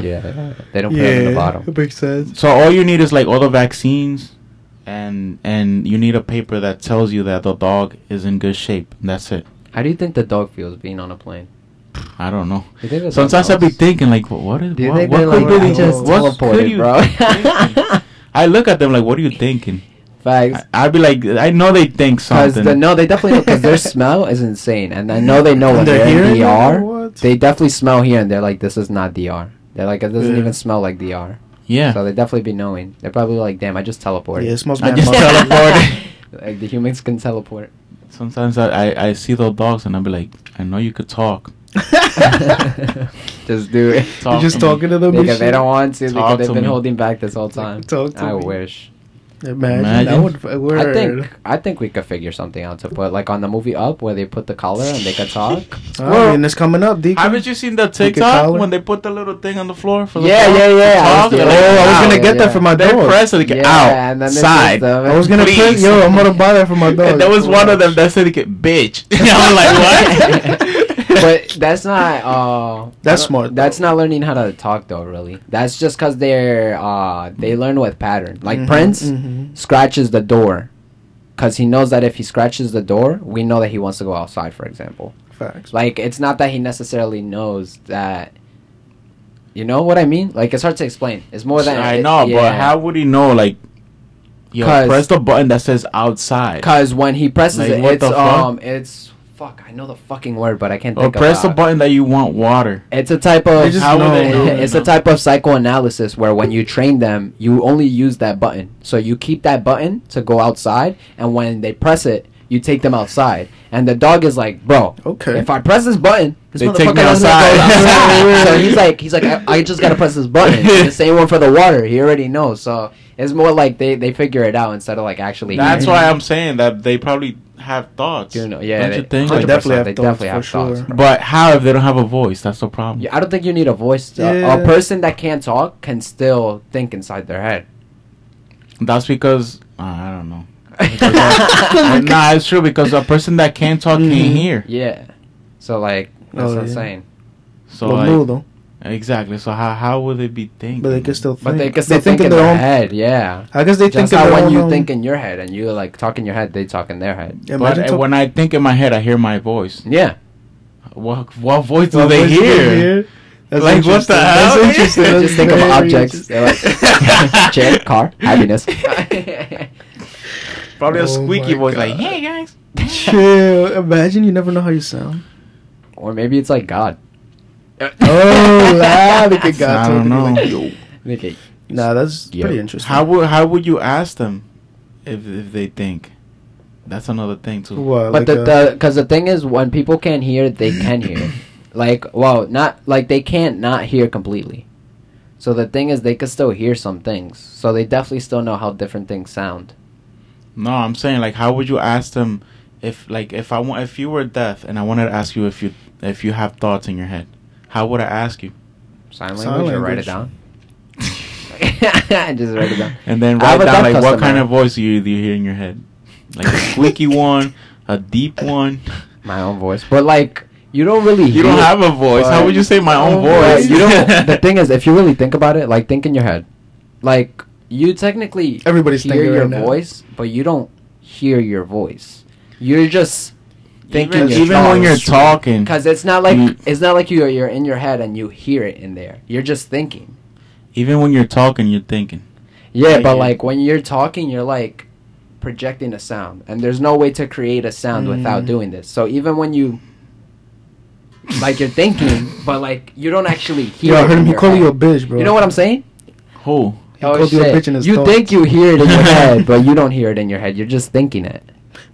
B: They don't put it in the
A: yeah,
B: bottom.
A: it makes sense.
C: So all you need is like all the vaccines, and and you need a paper that tells you that the dog is in good shape. That's it.
B: How do you think the dog feels being on a plane?
C: I don't know.
B: You think the dog
C: Sometimes I be
B: knows?
C: thinking like, what what is
B: Do you
C: what,
B: think
C: what
B: they like
C: could really-
B: I just
C: what could
B: teleported,
C: you
B: bro?
C: thinking? I look at them like, what are you thinking?
B: Facts.
C: I, I'd be like, I know they think
B: Because
C: something.
B: the, no, they definitely because their smell is insane, and I know they know
A: And
B: when they're,
A: they're
B: in
A: here?
B: DR.
A: What?
B: They definitely smell here, and they're like, "This is not DR." They're like, "It doesn't
A: Yeah.
B: even smell like DR." So
C: yeah,
B: they definitely be knowing. They're probably like, "Damn, I just teleported."
A: Yeah, it smells
C: I
A: bad.
C: just
A: mother-
C: teleported.
B: Like the humans can teleport.
C: Sometimes I, I I see those dogs and I'll be like, I know you could talk.
B: Just do it.
C: Talk
A: you just
C: to me.
A: talking to them? and
B: Because they
A: shit?
B: don't want to.
C: Talk
B: Because they've
C: to
B: been
C: me.
B: holding back this whole time.
A: Talk to
B: I
A: me.
B: wish.
A: Imagine.
C: Imagine.
A: That would, f-
B: I
A: word.
B: think I think we could figure something out to put like on the movie Up where they put the collar and they could talk.
A: I mean, it's coming up, DK.
C: Haven't you seen the
A: could
C: TikTok
A: collar.
C: when they put the little thing on the floor for the
B: Yeah,
C: dog
B: yeah,
C: to
B: yeah, I
C: talk?
B: was-
C: They're
A: Oh,
C: like,
A: I was
C: "Wow."
A: gonna get
B: yeah.
A: that for my
C: They're
A: dog.
C: pressing it out side.
A: I was gonna print.
C: Please.
A: Yo, I'm gonna buy that for my dog.
C: And there was one of them that said, "Get bitch." I'm like, what?
B: but that's not. Uh,
A: That's
B: I don't-
A: smart,
B: That's
A: though.
B: not learning how to talk though. Really, that's just because they're uh, they
A: Mm-hmm.
B: learn with pattern. Like
A: Mhm,
B: Prince
A: mhm.
B: scratches the door, because he knows that if he scratches the door, we know that he wants to go outside. For example,
A: Facts.
B: like it's not that he necessarily knows that. You know what I mean? Like it's hard to explain. It's more than
C: I
B: it-
C: know, but
B: yeah.
C: how would he know? Like, yo,
B: 'Cause-
C: press the button that says outside,
B: Cause when he presses
C: Like,
B: it,
C: what
B: it's
C: the fuck?
B: um, it's fuck. I know the fucking word, but I can't
C: or
B: think.
C: press the
B: about it.
C: button that you want water.
B: It's a type
A: They
B: of
A: just
C: How would they
A: know.
C: know?
B: it's a type of psychoanalysis where when you train them, you only use that button. So you keep that button to go outside, and when they press it, you take them outside. And the dog is like, bro,
A: Okay.
B: if I press this button, this
C: They
B: motherfucker
C: take me
B: doesn't go
C: outside."
B: outside. so he's like, he's like, I, I just gotta press this button. And the same one for the water. He already knows. So it's more like they they figure it out instead of like actually.
C: That's why I'm saying that they probably have thoughts.
B: You know, yeah,
C: don't
B: they-
C: you think?
A: They
C: Like,
B: 100%,
A: definitely have
B: they
A: thoughts,
B: definitely
A: for
B: have thoughts,
A: sure.
C: but how if they don't have a voice? That's the problem.
B: Yeah, I don't think you need a voice. To, A
A: Yeah.
B: person that can't talk can still think inside their head.
C: That's because uh, I don't know. uh, nah, it's true because a person that can't talk
A: Mhm.
C: can't hear.
B: Yeah. So like that's
A: Oh,
B: what I'm
A: yeah.
B: saying.
C: So
A: Well,
C: like,
A: no, though.
C: exactly. So how how would they be thinking?
A: But they can still think.
B: But they can still think, in their, head, yeah.
A: I guess they
B: Just
A: think in
B: how
A: their
B: when
A: own.
B: you
A: um,
B: think in your head and you like talk in your head, they talk in their head.
A: yeah,
C: But
A: imagine
C: uh,
A: talk-
C: when I think in my head, I hear my voice.
B: Yeah.
C: What what voice do
A: Well,
C: they
A: voice you
C: hear?
A: hear. That's
C: Like, what the
A: interesting.
C: hell?
A: That's interesting.
C: They
B: They
A: That's
B: just think of
A: very
B: objects.
A: interesting.
B: They're like chair, car, happiness.
C: Probably a
A: Oh
C: squeaky
A: my
C: voice
A: God.
C: like, "Hey guys."
A: Chill. Imagine you never know how you sound.
B: Or maybe it's like God.
A: Oh, la, look at God.
C: I
A: talking
C: don't
A: to you
C: know.
A: like,
B: Okay.
A: nah, that's
B: Yeah.
A: pretty interesting.
C: How would how would you ask them if if they think? That's another thing too.
A: What,
B: But
A: like uh,
B: the
A: a-
B: the because the thing is, when people can't hear, they can hear. like, well, not like they can't not hear completely. So the thing is, they could still hear some things. So they definitely still know how different things sound.
C: No, I'm saying like how would you ask them if like if I want if you were deaf and I wanted to ask you if you if you have thoughts in your head, how would I ask you?
B: Sign language,
A: Sign
B: or write
A: language.
B: it down. I just write it down.
C: And then
B: I
C: write
B: have a deaf
C: down like what
B: customer.
C: kind of voice you do you hear in your head, like a squeaky one, a deep one.
B: My own voice, but like you don't really.
C: You don't have a voice. How would you say my own
A: Right,
C: voice?
B: you don't. the thing is, if you really think about it, like think in your head, like you technically
A: Everybody's
B: hear
A: thinking
B: your
A: right now.
B: voice, but you don't hear your voice. You're just thinking
C: even,
B: your
C: even when you're
B: thoughts.
C: talking,
B: Because it's not like
C: Mm.
B: it's not like you you're in your head and you hear it in there. You're just thinking.
C: even when you're talking, you're thinking.
B: Yeah,
C: Yeah,
B: but
C: yeah.
B: like when you're talking, you're like projecting a sound, and there's no way to create a sound without
A: Mm.
B: doing this. So even when you like you're thinking, but like you don't actually hear.
A: Yo, I
B: it
A: heard
B: in
A: him. He
B: your
A: called
B: head.
A: you a bitch, bro.
B: You know what I'm saying?
C: Who?
A: He called you a bitch in his
B: Oh, you
A: thoughts.
B: think you hear it in your head, but you don't hear it in your head. You're just thinking it.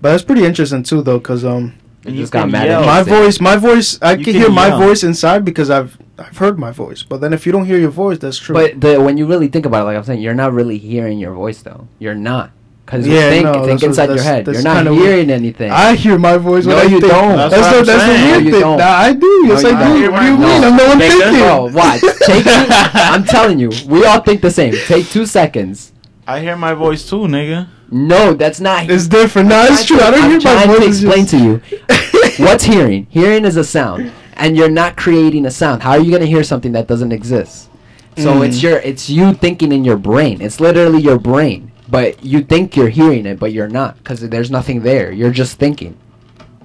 A: But that's pretty interesting too, though, because um,
B: You
C: You
B: just got
C: can
B: mad at
C: yell.
B: me.
A: my
B: see.
A: voice, my voice, I
C: You
A: can
C: can
A: hear my
C: yell.
A: voice inside because I've I've heard my voice. But then if you don't hear your voice, that's true.
B: But the, when you really think about it, like I'm saying, you're not really hearing your voice though. You're not because you
A: Yeah,
B: think,
A: no, that's
B: think
A: what-
B: inside your
A: that's-
B: head.
A: that's
B: You're not
A: kinda weird.
B: hearing anything.
A: I hear my voice.
B: No,
A: when I
B: you
A: think.
B: don't.
A: That's,
C: That's what
A: the,
C: I'm
A: that's the
C: saying.
A: weird
B: No, you
A: thing.
B: don't.
A: Nah, I do. Yes,
B: you
A: I
B: don't.
A: do.
B: You
A: What do you
B: don't.
A: mean? I'm the one
C: Take this
A: thinking.
B: Bro, Oh, watch. Take two, I'm telling you, we all think the same. Take two seconds.
C: I hear my voice too, nigga.
B: No, that's not.
A: It's different. Nah, it's true. I don't
B: I'm
A: hear my
B: trying
A: voice.
B: to
A: it's
B: explain
A: just-
B: to you. What's hearing? Hearing is a sound, and you're not creating a sound. How are you gonna hear something that doesn't exist? So
A: Mm.
B: it's your, it's you thinking in your brain. It's literally your brain, but you think you're hearing it, but you're not, because there's nothing there. You're just thinking.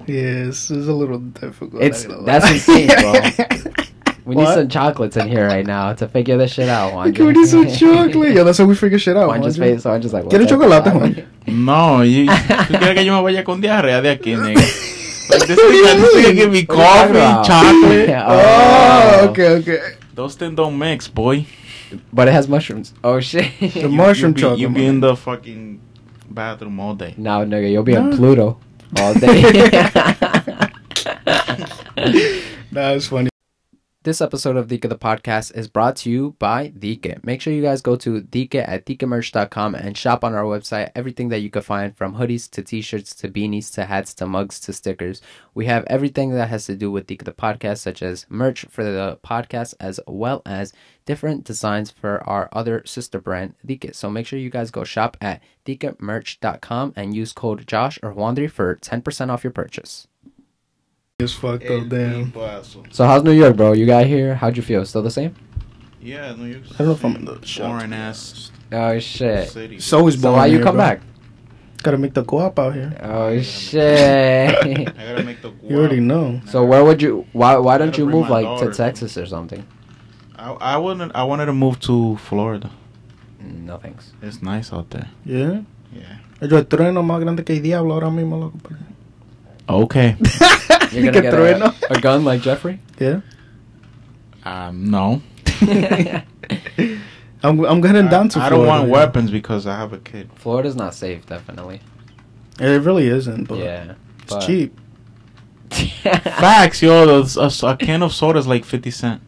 A: Yes, it's a little difficult.
B: It's-
A: I don't know.
B: that's insane, bro. We need
A: What?
B: some chocolates in here right now to figure this shit out. Juan.
A: Like, we need some chocolate. Yo, that's how we figure shit out.
B: Juan just
A: Andre.
B: face. Juan just like.
A: Get a
B: what the
A: chocolate,
B: fuck?
A: Juan.
C: No, you. ¿Tú quieres que yo me vaya con diarrea de aquí, nigga? Like this nigga, this nigga give me
B: What are you talking
C: coffee,
B: about?
C: chocolate.
B: Yeah, uh.
A: Oh, okay, okay.
C: Those things don't mix, boy.
B: But it has mushrooms. Oh shit.
A: The mushroom
C: you be,
A: chocolate.
C: You be
A: man.
C: in the fucking bathroom all day.
B: now, nigga, you'll be on
A: No.
B: Pluto all day.
A: Nah, it's funny.
B: This episode of Dika the Podcast is brought to you by Dika. Make sure you guys go to Dika at DikaMerch.com and shop on our website everything that you can find from hoodies to t shirts to beanies to hats to mugs to stickers. We have everything that has to do with Dika the Podcast, such as merch for the podcast as well as different designs for our other sister brand, Dika. So make sure you guys go shop at DikaMerch.com and use code Josh or Wandry for 10% off your purchase.
A: It's fucked up, damn.
B: So, how's New York, bro? You got here? How'd you feel? Still the same?
C: Yeah, New York's. I
A: don't know if I'm in the
C: foreign ass
B: Oh, shit.
C: city.
A: It's always
B: So
A: boring.
B: why you
A: here,
B: come
A: bro.
B: back?
A: Gotta make the co-op out here.
B: Oh shit!
C: I gotta make the. guap.
A: You already know.
B: so where would you? Why why don't
C: gotta
B: you
C: bring
B: move
C: my
B: like to
C: daughter.
B: Texas or something?
C: I, I wouldn't. I wanted to move to Florida.
B: No thanks.
C: It's nice out there.
A: Yeah.
C: Yeah.
A: Yo, el trueno más grande que el diablo ahora mismo, loco.
C: Okay.
B: You're gonna
A: Que
B: get
A: trueno.
B: a, a gun like Jeffrey.
A: Yeah.
C: Um. No.
A: I'm, I'm heading down to
C: I, I don't
A: Florida,
C: want
A: yeah.
C: weapons because I have a kid.
B: Florida's not safe, definitely.
A: It really isn't, but
B: yeah,
A: it's cheap.
C: Facts, yo. those- A, a can of soda is like fifty cent.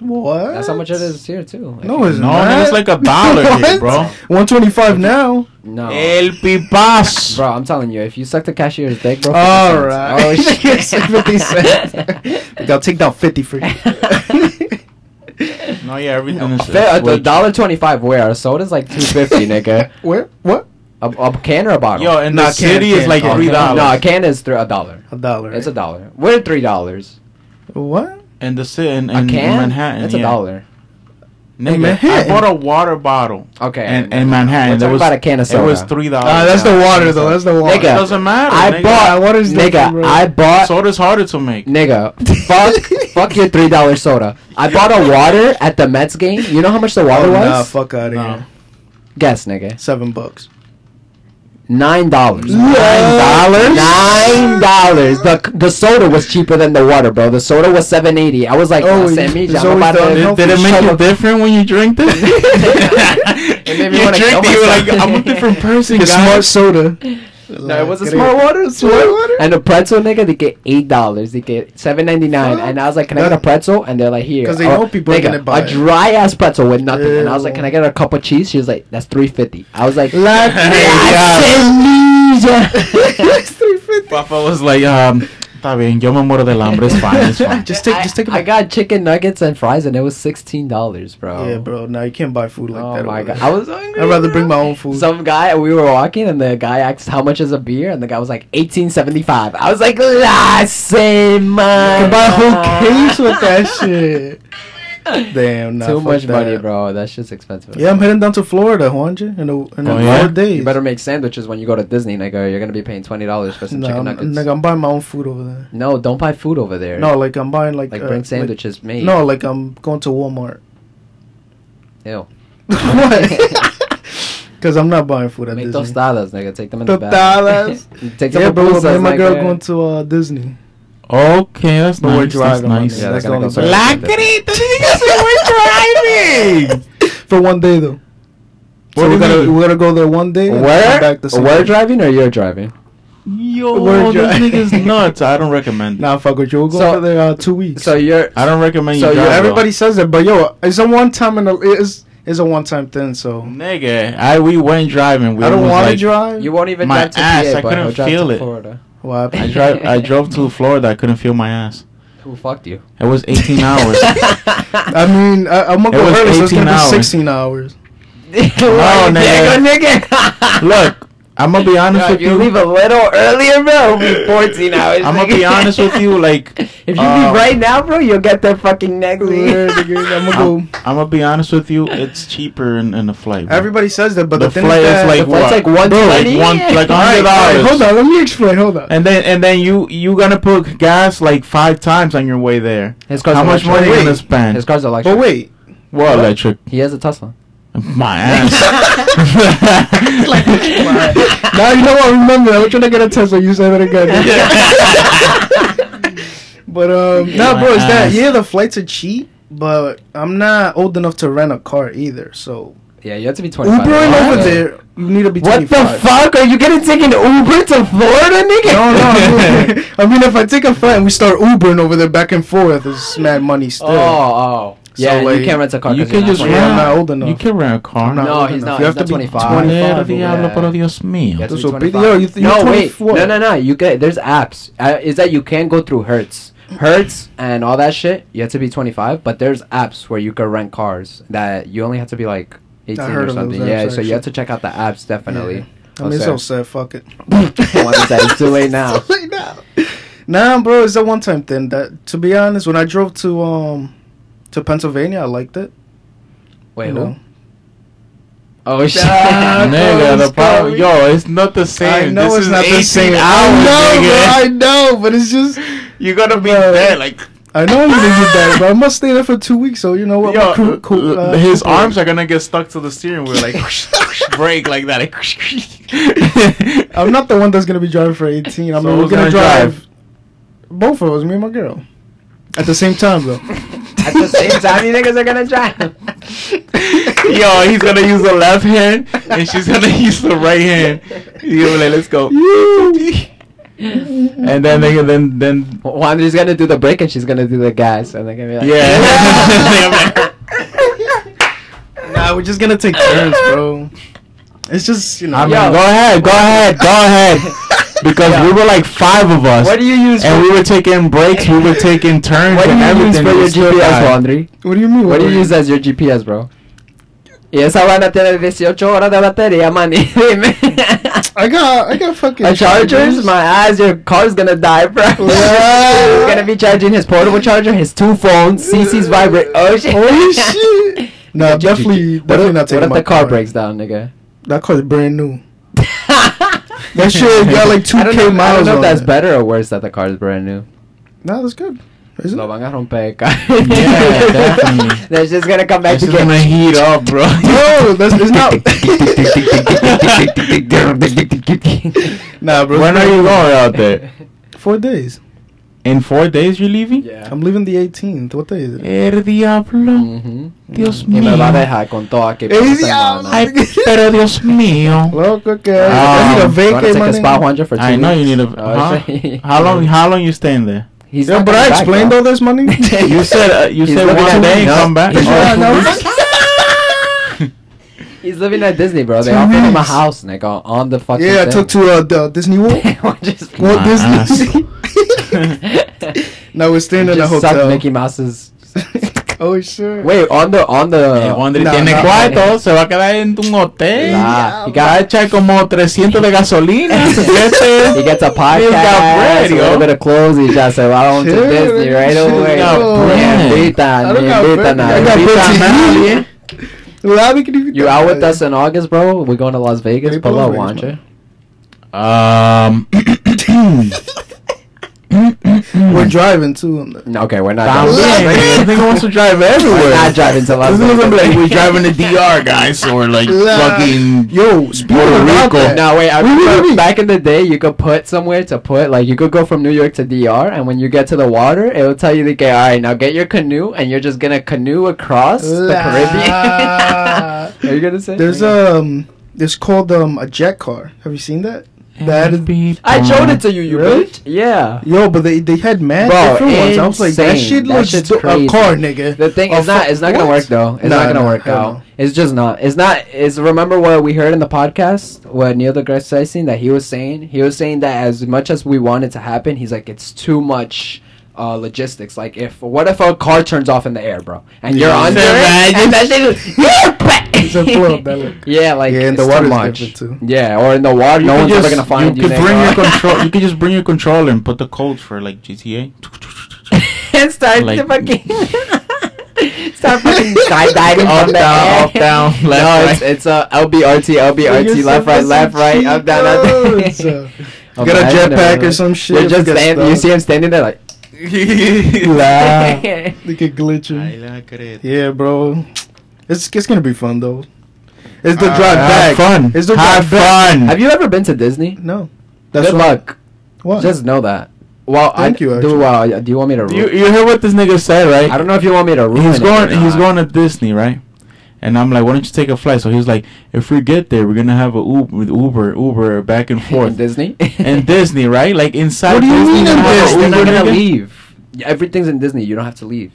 A: What?
B: That's how much it is here too. If
A: No,
B: you-
A: it's
C: No,
A: not.
C: man, it's like a dollar here,
A: What?
C: bro.
A: 125 now.
B: no.
C: El pipas.
B: Bro, I'm telling you, if you suck the cashier's dick, bro. 50
A: All
B: cents.
A: right.
B: Oh shit!
A: It's like 50 cents. They'll take down 50 for you.
C: No, yeah, everything is.
B: Fair,
C: is way
B: the dollar twenty-five. Where a soda's like two fifty, nigga.
A: Where? What?
B: A, a can or a bottle?
C: Yo, and
A: Nah,
C: the
A: can-
C: city is
A: can-
C: like
A: can.
C: three dollars.
B: Oh, No, a can is three a dollar.
A: A dollar.
B: It's a dollar. We're three dollars.
A: What?
C: and the city in,
B: A
C: in,
B: can?
C: Manhattan.
B: That's
C: yeah.
B: a dollar.
C: Nigga,
A: Manhattan.
C: I bought a water bottle.
B: Okay.
C: And
B: no,
C: in
B: no, no.
C: Manhattan,
B: We're
C: there
B: talking
C: was
B: about a can of soda.
C: It was three
B: Oh,
C: dollars.
A: Ah, that's the water, though. That's the water.
C: It
B: Nigga.
C: doesn't matter.
B: I
C: nigga.
B: bought.
A: What is
B: nigga?
A: different, bro?
B: I bought.
C: Soda's harder to make.
B: nigga, fuck, fuck your three dollar soda. I bought a water at the Mets game. You know how much the water
A: Oh,
B: was?
A: nah, fuck out of
C: No.
A: here.
B: Guess, nigga.
A: Seven bucks.
B: Nine dollars.
A: dollars?
B: Nine dollars. The the soda was cheaper than the water, bro. The soda was seven eighty. I was like,
A: Oh,
B: oh,
A: it's
B: Samija, I'm
A: always
B: about
A: the
B: to
A: unhealthy-
C: Did, did it make you different when you drank it?
B: It made me
C: you
B: wanna kill
C: drank it, you were like,
B: myself.
C: I'm a different person,
A: The
C: guys.
A: smart soda.
B: No, it was a
A: Like,
B: smart water. it was
A: Smart
B: smart.
A: water?
B: And a pretzel, nigga, they get eight dollars. They get seven ninety nine.
A: Fuck.
B: And I was like, "Can I get a
A: That-
B: pretzel?" And they're like, "Here."
A: 'Cause they
B: Oh,
A: know people are gonna buy
B: a
A: it.
B: dry ass pretzel with nothing. And I was
A: Ew.
B: like, "Can I get a cup of cheese?" She was like, "That's three fifty. I was like,
A: Like,
B: "That's
A: It's 350.
C: Papa was like, um, está bien, yo me muero del hambre, it's fine, it's fine.
A: Just take- just take a
B: I, I
A: bite.
B: got chicken nuggets and fries, and it was sixteen dollars, bro.
A: Yeah, bro. No, you can't buy food like
B: oh
A: that.
B: my
A: over
B: god,
A: there.
B: I was hungry.
A: I'd rather
B: bro.
A: bring my own food.
B: Some guy, we were walking, and the guy asked, "How much is a beer?" And the guy was like, 1875 I was like, "La same."
A: you can buy a whole case with that shit. Damn, nah,
B: Too
A: fuck
B: much
A: that.
B: money, bro. That shit's expensive.
A: Yeah, I'm heading down to Florida, Juanja, in a in
C: Oh,
A: a
C: yeah?
A: four days.
B: You better make sandwiches when you go to Disney, nigga. You're gonna be paying twenty dollars for some
A: nah,
B: chicken
A: I'm,
B: nuggets.
A: nigga, I'm buying my own food over there.
B: No, don't buy food over there.
A: No, like I'm buying like
B: like
A: uh,
B: bring sandwiches
A: like-
B: made.
A: no, like I'm going to Walmart.
B: Ew.
A: what? Because I'm not buying food at
B: Make
A: Disney.
B: tostadas, nigga. Take them in
A: Tostadas.
B: the back. Take
A: Yeah, bro. Me
B: pupusas,
A: and my girl
B: nigga.
A: going to uh, Disney.
C: Okay, that's
A: No, we're
C: nice, that's
A: driving on
C: nice.
A: this.
B: Yeah,
A: That's
B: they're gonna
A: the
B: go
A: only
B: back
A: time.
B: to Disney.
C: we're driving.
A: For one day though. So
C: What do
A: we're
C: you
A: gonna
C: mean?
A: we're gonna go there one day. and come
B: Where?
A: back the same
B: Where
A: day.
B: driving or you're driving?
C: Yo,
A: We're
C: this
A: driving.
C: nigga's nuts. I don't recommend. it.
A: Nah, fuck with you. We'll go
B: So-
A: for there uh, two weeks.
B: So you're.
C: I don't recommend
B: So
C: you.
B: you-
C: drive,
A: everybody says that, but yo, it's a one time and it's it's a one time thing. So
C: though. nigga, I we went driving. We
A: I don't
C: almost,
A: want to
C: like-
A: drive.
B: You won't even
C: My
B: drive to
C: ass,
B: PA,
C: I
B: but
C: couldn't
B: he'll drive
C: feel
B: to
C: it.
B: Florida.
A: What happened?
C: I drive. I drove to Florida. I couldn't feel my ass.
B: Who fucked you?
C: It was 18 hours.
A: I mean, I, I'm gonna
C: It
A: go
C: was
A: early, so it's
C: 18
A: gonna
C: hours.
A: be 16 hours.
B: Wow,
C: nigga.
B: nigga.
C: Look, I'm gonna be honest
B: Yo, if
C: with
B: you,
C: you.
B: leave a little earlier, bro, it'll be 14 hours.
C: I'm gonna
B: nigga.
C: be honest with you. Like,
B: If you
C: um,
B: leave right now, bro, you'll get there fucking next week.
A: Yeah, nigga, uh, I'ma go.
C: I'm, I'm gonna be honest with you. It's cheaper in, in the flight. bro.
A: Everybody says that, but the,
C: the
A: thing
C: flight
A: is, that,
C: is like
B: The flight's like
C: what?
B: 120?
C: Like one, like
A: all right,
C: hundred
A: all right,
C: dollars.
A: hold on, let me explain. Hold on.
C: And then and then you you gonna put gas like five times on your way there.
B: His car's
C: How much money you
A: Wait.
C: gonna spend?
B: His car's electric.
A: but wait,
C: well, electric.
B: He has a Tesla.
C: My ass.
B: Like, what?
A: now you know what? Remember, I was trying to get a Tesla. You said it again. But um, nah,
C: My
A: bro, it's that
C: ass.
A: yeah, the flights are cheap, but I'm not old enough to rent a car either. So
B: Yeah, you have to be 25.
A: Ubering over
B: What?
A: there, you need to be. 25.
B: What the fuck? Are you gonna take an Uber to Florida, nigga?
A: No, no. I mean- I mean, if I take a flight and we start Ubering over there back and forth, it's mad money still.
B: Oh, oh. Yeah,
A: So,
B: you
A: like,
B: can't rent a car.
C: you
B: 'cause you're
C: can
B: not
C: just
A: Yeah,
C: rent.
A: I'm
B: 25.
A: not old enough.
C: You can rent a car.
A: I'm not
B: No,
A: old
B: he's
A: enough.
B: not-
A: You
B: he's
A: have to
B: not
A: be
B: 25.
A: 25.
C: Pero
A: yeah.
C: diablo, pero Dios mío.
B: Yes,
A: Those
B: we
A: are big-
B: 25.
A: yo, you th-
B: no,
A: you're
B: wait.
A: 24.
B: No, no, no. You get there's apps. Uh, is that you can go through Hertz, Hertz, and all that shit. You have to be 25, but there's apps where you can rent cars that you only have to be like 18
A: heard
B: or
A: of those
B: something.
A: apps,
B: Yeah, so
A: actually.
B: you have to check out the apps definitely.
A: I mean, it's
B: Okay.
A: so sad. Fuck it.
B: What is that? It's too late now.
A: It's too late now. Nah, bro, it's a one-time thing. That, to be honest, when I drove to um to Pennsylvania, I liked it.
B: Wait,
A: you
B: who?
A: know?
B: Oh shit!
A: Nah,
C: Nigga,
A: Those
C: the power,
A: cars.
C: yo, it's not the same.
A: I know it's
C: this is
A: not the
C: 18
A: same.
C: Hours,
A: I know,
C: nigga.
A: bro. I know, but it's just
C: You're gonna be there, like
A: I know I'm gonna do that, but I must stay there for two weeks. So you know what?
C: yo,
A: my crew- co- uh,
C: his
A: co-
C: arms are gonna get stuck to the steering wheel, like break like that. Like,
A: I'm not the one that's gonna be driving for 18. I
C: So
A: mean, we're
C: who's
A: gonna,
C: gonna
A: drive, both of us, me and my girl, at the same time, though.
B: At the same time, you niggas are gonna drive.
C: Yo, he's gonna use the left hand and she's gonna use the right hand. Yo, like, let's go. and then they, then then
B: Wanda's gonna do the brake and she's gonna do the gas, and they're gonna be like,
C: yeah.
A: Nah, we're just gonna take turns, bro. It's just you know.
C: I mean,
B: Yo.
C: go ahead, go ahead, go ahead. Because
B: Yo.
C: we were like five of us,
B: What do you use?
C: and
B: for-
C: we were taking breaks, we were taking turns,
B: What do
C: and
B: you use
C: everything.
B: for
C: It
B: your
C: was still
B: GPS,
C: bad.
B: Laundry?
A: what do you mean?
B: What do you use as your GPS, bro? Y esa van a tener 18 horas de batería, man. Dime.
A: I got, I got fucking
B: A chargers? My eyes, your car's gonna die, bro. He's gonna be charging his portable charger, his two phones, CC's vibrate. Oh shit.
A: Holy shit! Nah, definitely,
B: What
A: definitely
B: if,
A: not taking
B: what if
A: my
B: the car, breaks down, nigga?
A: That car's brand new. That shit got like two
B: I don't know,
A: k miles.
B: I don't know
A: on
B: if that's
A: it.
B: better or worse that the car's brand new.
A: Nah, that's good. Isn't
B: Lo
A: it?
B: van a romper.
C: Yeah, definitely.
B: They're just gonna come back
C: It's
B: to
C: just gonna
B: get you.
C: heat up, bro.
A: No, that's, it's not. nah, bro.
C: when are you going out there?
A: Four days.
C: In four days, you're leaving?
B: Yeah.
A: I'm leaving the 18th. What day is it?
C: El diablo,
B: Mhm.
C: Dios
B: Y me va a
C: mío.
B: dejar con todo aquí.
A: Ey,
B: por una
A: diablo.
B: semana.
C: Ay, pero Dios mío.
A: Look, okay. I need a
C: Um, gonna
B: Gonna
A: vacay,
B: take
A: my
B: Ah, a spot,
A: nigga.
B: Juanjo, for two
C: I know you
B: weeks.
C: need a.
B: Oh,
C: Huh?
B: shit.
C: How long? How long you staying there?
B: He's
A: Yeah,
B: not
A: but I
B: coming back,
A: explained
B: bro.
A: all this money.
C: You said uh, you
B: He's
C: said
B: looking
C: one
B: at
C: day
B: me.
C: and
B: No.
C: come back.
B: He's
A: Yeah, no,
B: He's living at Disney, bro. They
C: Two
B: offered him a
C: weeks.
B: house, nigga, on the fucking.
A: yeah, I
B: thing.
A: took to uh, the Disney World.
B: Just-
A: Walt
C: My
A: Disney. no, we're staying in a
B: Just sucked
A: hotel.
B: Mickey Mouse's.
A: oh shit.
B: Wait, on the on the.
C: Eh, Wonder
A: No,
C: tiene
A: no.
C: cuarto, se va a quedar en un hotel.
B: Nah, he
C: Va a
B: got
C: echar como 300 de gasolina.
B: he gets a podcast,
C: bread,
B: a little
C: yo.
B: bit of clothes. He just said, "Why don't to
A: Shit,
B: Disney right
A: shit,
B: away?"
C: yo.
B: Me
A: I
B: invitan,
A: don't
B: me
A: got bread.
B: invitan a-
A: I got
B: invitan
A: bread to
B: a-
A: eat. Well, we can even
B: You
A: talk
B: out with
A: about
B: us in August, bro? We're going to Las Vegas.
A: Can you
B: Pull
A: pull
B: up,
A: over,
B: won't you?
A: man?
C: Um,
A: it. We're driving too. on the-
B: No, Okay, we're not.
C: También.
B: driving.
C: This nigga wants to drive
B: We're
C: everywhere.
B: not driving to Las
C: This nigga gonna be like,
B: Vegas.
C: we're driving to DR, guys, or like fucking
A: Yo, speaking
C: Puerto
A: about
C: Rico.
A: that.
B: No, wait. I
A: Wait, wait,
B: remember
A: wait.
B: back in the day, you could put somewhere to put. Like, you could go from New York to DR, and when you get to the water, it will tell you, like, all right, now get your canoe, and you're just gonna canoe across the
A: Ah. La-
B: Caribbean. Are you gonna say?
A: There's um, it's called um a jet car. Have you seen that? That is-
C: be.
B: I showed it to you, you
A: Really?
B: bitch. Yeah.
A: Yo, but they they had mad
B: Bro,
A: different ones. I was like, that
B: insane.
A: shit
B: That
A: looks
B: shit's
A: do-
B: crazy.
A: a car, nigga.
B: The thing
A: A
B: is not
A: fu-
B: it's not gonna
A: what?
B: work though. It's
A: Nah,
B: not gonna
A: nah,
B: work
A: hell
B: out.
A: no.
B: It's just not. It's not. It's remember what we heard in the podcast what Neil deGrasse Tyson that he was saying. He was saying that as much as we want it to happen, he's like it's too much. Uh, logistics like if what if a car turns off in the air bro and you're
A: Yeah.
B: under it
C: Imagine.
B: and that shit is
A: It's in Florida, that look.
B: yeah like
A: Yeah, and
B: it's
A: the
B: too
A: water's
B: much
A: different, too.
B: yeah or in the water no one's ever gonna find you,
C: You could bring your
B: nigga.
C: control. You could just bring your controller and put the code for like GTA.
B: and start
C: Like-
B: to fucking start fucking skydiving
C: Up,
B: on the
C: down,
B: air.
C: up, down, left,
B: no, it's
C: right.
B: it's uh, LBRT,
A: You're
B: LBRT, left,
A: so
B: right, left, right,
A: fucking
B: up, down, up. down.
A: cheap, bro. You got a
B: Imagine
A: jetpack
B: it.
A: or some shit.
B: You're just
A: get
B: stand, you
A: stuck.
B: see him standing there like.
A: Nah. They get glitching.
C: It's
A: Yeah, bro. It's it's gonna be fun though. It's the
C: Uh,
A: drive back.
C: have fun.
A: It's the
C: Have
A: drive back.
C: fun.
B: Have you ever been to Disney?
A: No.
B: Good
A: what-
B: luck.
A: What?
B: Just know that. Well,
A: Thank
B: I,
A: you,
B: Do,
A: actually.
B: uh, do you want me to? Ru-
C: You you hear what this nigga said, right?
B: I don't know if you want me to ruin
C: he's
B: it
C: going
B: or
C: he's
B: not.
C: going to Disney, right? And I'm like, why don't you take a flight? So he's like, if we get there, we're gonna have a Uber, Uber, Uber back and
B: In
C: forth.
B: Disney.
C: and Disney, right? Like inside.
A: What do you
C: Disney,
A: mean in
C: you have a
A: Disney?
B: You're
C: Uber
B: not gonna
C: nigga?
B: leave. Everything's in Disney. You don't have to leave.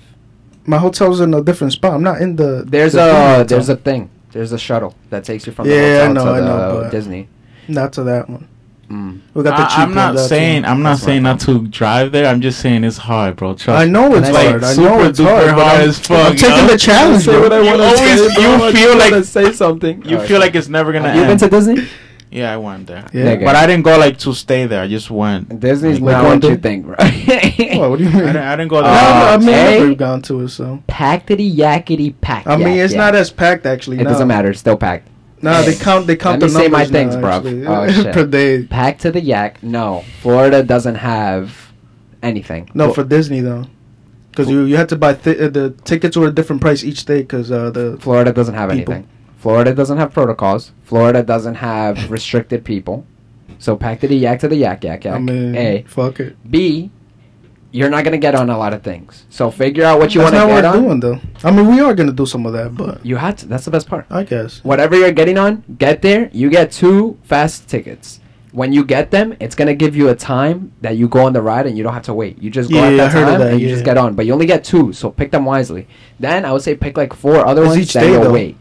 A: my hotel's in a different spot. I'm not in the.
B: There's
A: the thing
B: a
A: hotel.
B: there's a thing. There's a shuttle that takes you from the
A: Yeah, I
B: hotel
A: know,
B: to
A: I know,
B: the
A: but-
B: Disney.
A: Not to that one.
B: Mm.
A: We got the cheap
C: I, am
A: one,
C: not
A: that
C: saying
A: one.
C: I'm not
B: That's
C: saying
B: right.
C: not to drive there. I'm just saying it's hard, bro. Trust
A: I
C: me.
A: know it's
B: Like,
A: hard. I
C: super
A: know it's
C: duper
A: hard. but
C: hard
A: I'm-
C: as fuck,
A: I'm taking
C: yo.
A: the challenge.
C: Say what I
A: bro.
C: wanna say, bro. I just wanna
B: say something.
C: You feel like it's never gonna.
B: you been
C: end.
B: to Disney?
C: Yeah, I went there.
A: Yeah.
B: Nigga.
C: But I didn't go like to stay there. I just went.
B: Disney's
A: Like
B: not what
A: Orlando?
B: you think, bro.
A: What, what do you
C: I
A: mean?
C: didn't, I didn't go
A: No,
C: there.
A: I
B: Uh,
A: mean, I've
B: hey.
A: never gone to it, so.
B: Packety yakety pack.
A: I mean,
B: yak,
A: it's
B: yak.
A: not as packed actually.
B: It
A: no.
B: doesn't matter. It's still packed.
A: No, they
B: Hey,
A: count. They count
B: let
A: the
B: me say my
A: numbers
B: things,
A: now,
B: bruv.
A: actually.
B: Oh, shit.
A: per day.
B: Packed to the yak. No, Florida doesn't have anything.
A: No, for Disney though, because you you had to buy th- uh, the tickets were a different price each day because uh, the
B: Florida doesn't have
A: People.
B: anything. Florida doesn't have protocols. Florida doesn't have restricted people. So pack to the yak to the yak yak yak.
A: I mean,
B: A.
A: fuck it.
B: B. You're not gonna get on a lot of things. So figure out what you want
A: That's
B: to
A: not what
B: get
A: we're doing
B: on.
A: though. I mean, we are gonna do some of that, but
B: You have to. That's the best part.
A: I guess.
B: Whatever you're getting on, get there. You get two fast tickets. When you get them, it's gonna give you a time that you go on the ride and you don't have to wait. You just go
A: Yeah,
B: at
A: yeah,
B: that
A: I heard of
B: time
A: that,
B: and you
A: yeah.
B: just get on. But you only get two, so pick them wisely. Then I would say pick like four other
A: It's
B: ones
A: each
B: that
A: day,
B: you'll
A: though.
B: wait.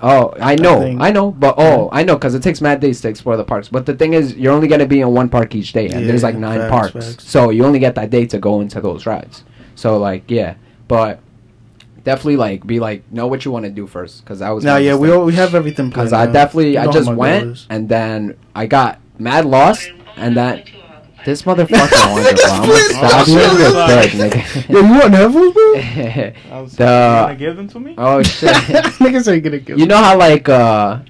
B: Oh, I know,
A: think.
B: I, know, but oh, I know, because it takes mad days to explore the parks. But the thing is, you're only gonna be in one park each day, and
A: Yeah,
B: there's like nine
A: facts,
B: parks,
A: facts.
B: so you only get that day to go into those rides. So like, yeah, but definitely like be like know what you want to do first, because I was
A: Now,
B: my
A: yeah, we
B: mistake.
A: all, we have everything planned.
B: Cause I
A: out.
B: definitely,
A: You
B: I
A: know how
B: just
A: my
B: went
A: goal is.
B: and then I got mad lost and then this motherfucker
A: Nigga,
B: wanted to I'm
A: please,
B: stab you in
A: please,
B: your
C: please.
B: dick, nigga.
A: Yo, you want heavens, bro?
B: The-
C: give them to me?
B: oh shit!
A: Niggas ain't gonna give.
B: You know how like uh,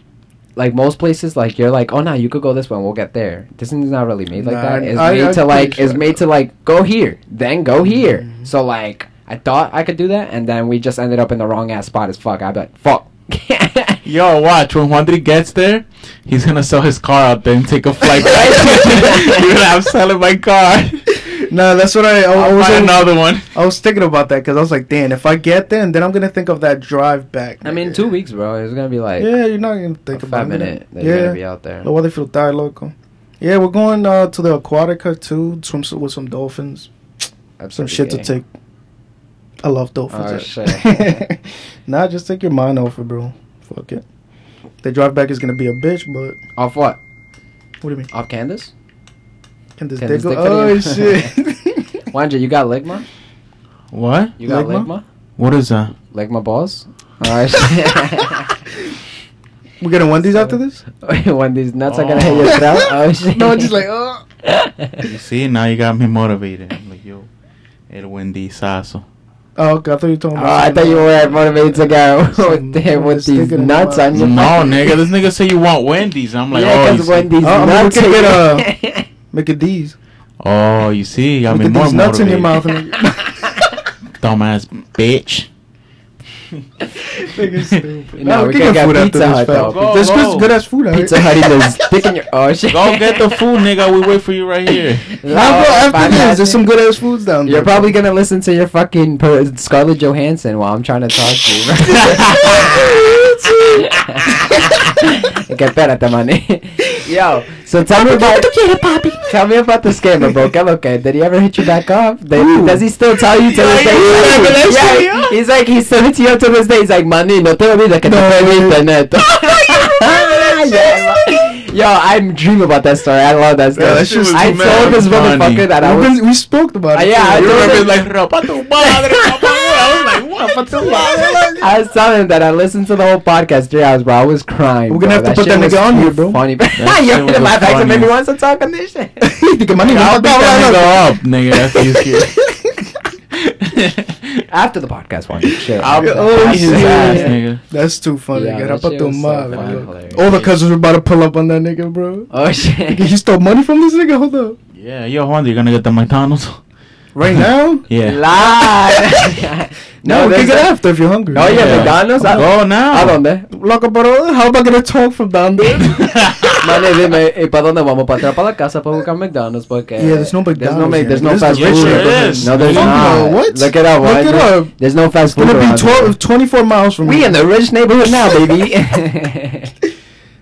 B: like most places, like you're like, oh no, you could go this way, and we'll get there. Disney's not really made like
A: Nah,
B: that.
A: I-
B: It's
A: I-
B: made
A: I'm
B: to like,
A: pretty
B: it's
A: sure.
B: made to like go here, then go here.
A: Mhm.
B: So like, I thought I could do that, and then we just ended up in the wrong ass spot as fuck. I bet fuck.
C: Yo, watch when Juan Dri gets there, he's gonna sell his car out there and take a flight back. You're like, I'm selling my car.
A: No, that's what I. I, I
C: I'll
A: was
C: buy another one.
A: I was thinking about that because I was like, damn, if I get there, then I'm gonna think of that drive back.
B: I mean,
A: nigga.
B: two weeks, bro. It's gonna be like
A: Yeah, you're not gonna
B: a
A: think about
B: five
A: it.
B: minute. They're
A: Yeah.
B: gonna be out there.
A: Lo voy a disfrutar, loco. Yeah, we're going uh, to the Aquatica too, swim s- with some dolphins,
B: That's
A: some
B: pretty
A: shit to
B: gay.
A: take. I love dolphins.
B: Oh,
A: eh.
B: shit.
A: nah, just take your mind off it, bro. Fuck it. The drive back is gonna be a bitch, but
B: Off what?
A: what do you mean?
B: Off Candace?
A: Can this
B: Can
A: dick
B: this
A: go?
B: dick fit
A: Oh
B: in?
A: shit!
B: Wanja, you got Ligma?
C: What?
B: You got Ligma?
A: Ligma?
C: What is that?
B: Ligma balls? Alright.
A: we're gonna win these after this?
B: when these nuts are gonna
C: Oh.
B: hit your throat? Oh shit.
A: no, I'm just like, oh.
C: You see, now you got me motivated. I'm like, yo, el Wendizazo.
A: Oh, okay, I thought you were talking
B: Oh,
A: about.
B: I thought you were motivated to go
A: Some-
B: with, the- with
A: just
B: these
A: thinking
B: nuts
A: about-
B: on
C: No,
B: your mouth.
C: nigga, this nigga say you want Wendy's. I'm like,
B: yeah,
C: oh, you
B: because
C: see.
B: when these
A: Oh, I mean, we
B: nuts
A: could
B: hit
A: get
B: your-
A: Make it these.
C: oh, you see, you got me
A: Look at
C: more
A: these nuts in your
C: motivated.
A: mouth. nigga.
C: Dumbass bitch.
A: Nigga, stupid.
B: No, we
A: can
B: can get
A: after
B: Pizza
A: this,
B: Hut,
A: fam.
C: though.
A: There's
C: Go, go.
A: good, good ass food out
B: Pizza
A: here.
B: Hut is dick in your. Oh shit.
C: Go get the food, nigga. We wait for you right here.
A: Nah, bro, after this, there's some good ass foods down there.
B: You're probably gonna listen to your fucking per- Scarlett Johansson while I'm trying to talk to you. bro. Get better at the money. Yo, so tell me about Tell me about the scammer, bro. Come okay, did he ever hit you back up? Did-
A: Ooh.
B: does he still tell you to this
C: Yeah, you remember
B: day?
C: that shit,
B: yeah,
C: yeah?
B: he's like he's sending to you to this day. He's like, money, no te olvides que no,
A: No, Oh
B: te fue en
A: dude.
B: internet. Yeah. Yo, I'm dreaming about that story. I love that story.
A: Yeah, that shit was
B: I
A: too
B: told
A: mad
B: this
C: funny.
B: motherfucker that I
A: We've
B: was
A: been- we spoke about it.
B: Uh, yeah, I
A: too.
B: do
A: remember
B: remember-
A: like,
C: like, "Rapa tu madre, papá." I was like, what? Rapa tu madre.
B: I was telling him that I listened to the whole podcast three hours, bro. I was crying.
A: We're gonna
B: bro.
A: have to put
B: shit
A: that
B: was
A: nigga on here, bro.
B: Funny, bro.
C: That
B: Yo,
C: shit was
B: my
C: the
B: back made me want
C: funniest.
B: to talk on this shit.
A: you think my nigga-
C: I'll beat that
A: no,
C: nigga up,
A: no, no.
C: nigga. That's
B: After the podcast one, shit.
C: I'll
B: after the
A: oh,
B: podcast.
C: his
A: shit.
C: ass, nigga.
A: That's too funny.
B: Yeah,
A: nigga.
B: that
A: Rapa
B: shit
A: tu
B: was so
A: madre,
B: funny,
A: look.
B: hilarious.
A: All the cousins were about to pull up on that nigga, bro.
B: Oh shit.
A: He stole money from this nigga. Hold up.
C: Yeah, yo, Juan, you gonna get the McDonald's?
A: Right now?
C: Yeah.
B: Lie.
A: No, we
B: there's
A: can get
B: a-
A: after if you're hungry.
B: Oh, yeah, McDonald's? I-
C: Go now.
B: ¿A dónde?
A: Loco, pero how am I gonna talk from down there?
B: Mane, dime, ¿y para dónde vamos? ¿Para atrás, para la casa, para buscar McDonald's? Porque
A: Yeah, there's no
B: There's no,
A: McDonald's
B: Mc-
A: here.
B: there's no
A: There's
B: fast
A: no-
B: food.
A: Yes,
B: around
C: there
B: here.
C: is.
B: No, there's
C: Fuck
B: not.
A: no, what?
B: Look it up.
A: Look it
B: Juan.
A: up.
B: There's no fast food.
A: It's gonna
B: around
A: be
B: here.
A: 12, 24 miles from
B: We
A: here.
B: in the rich neighborhood now, baby.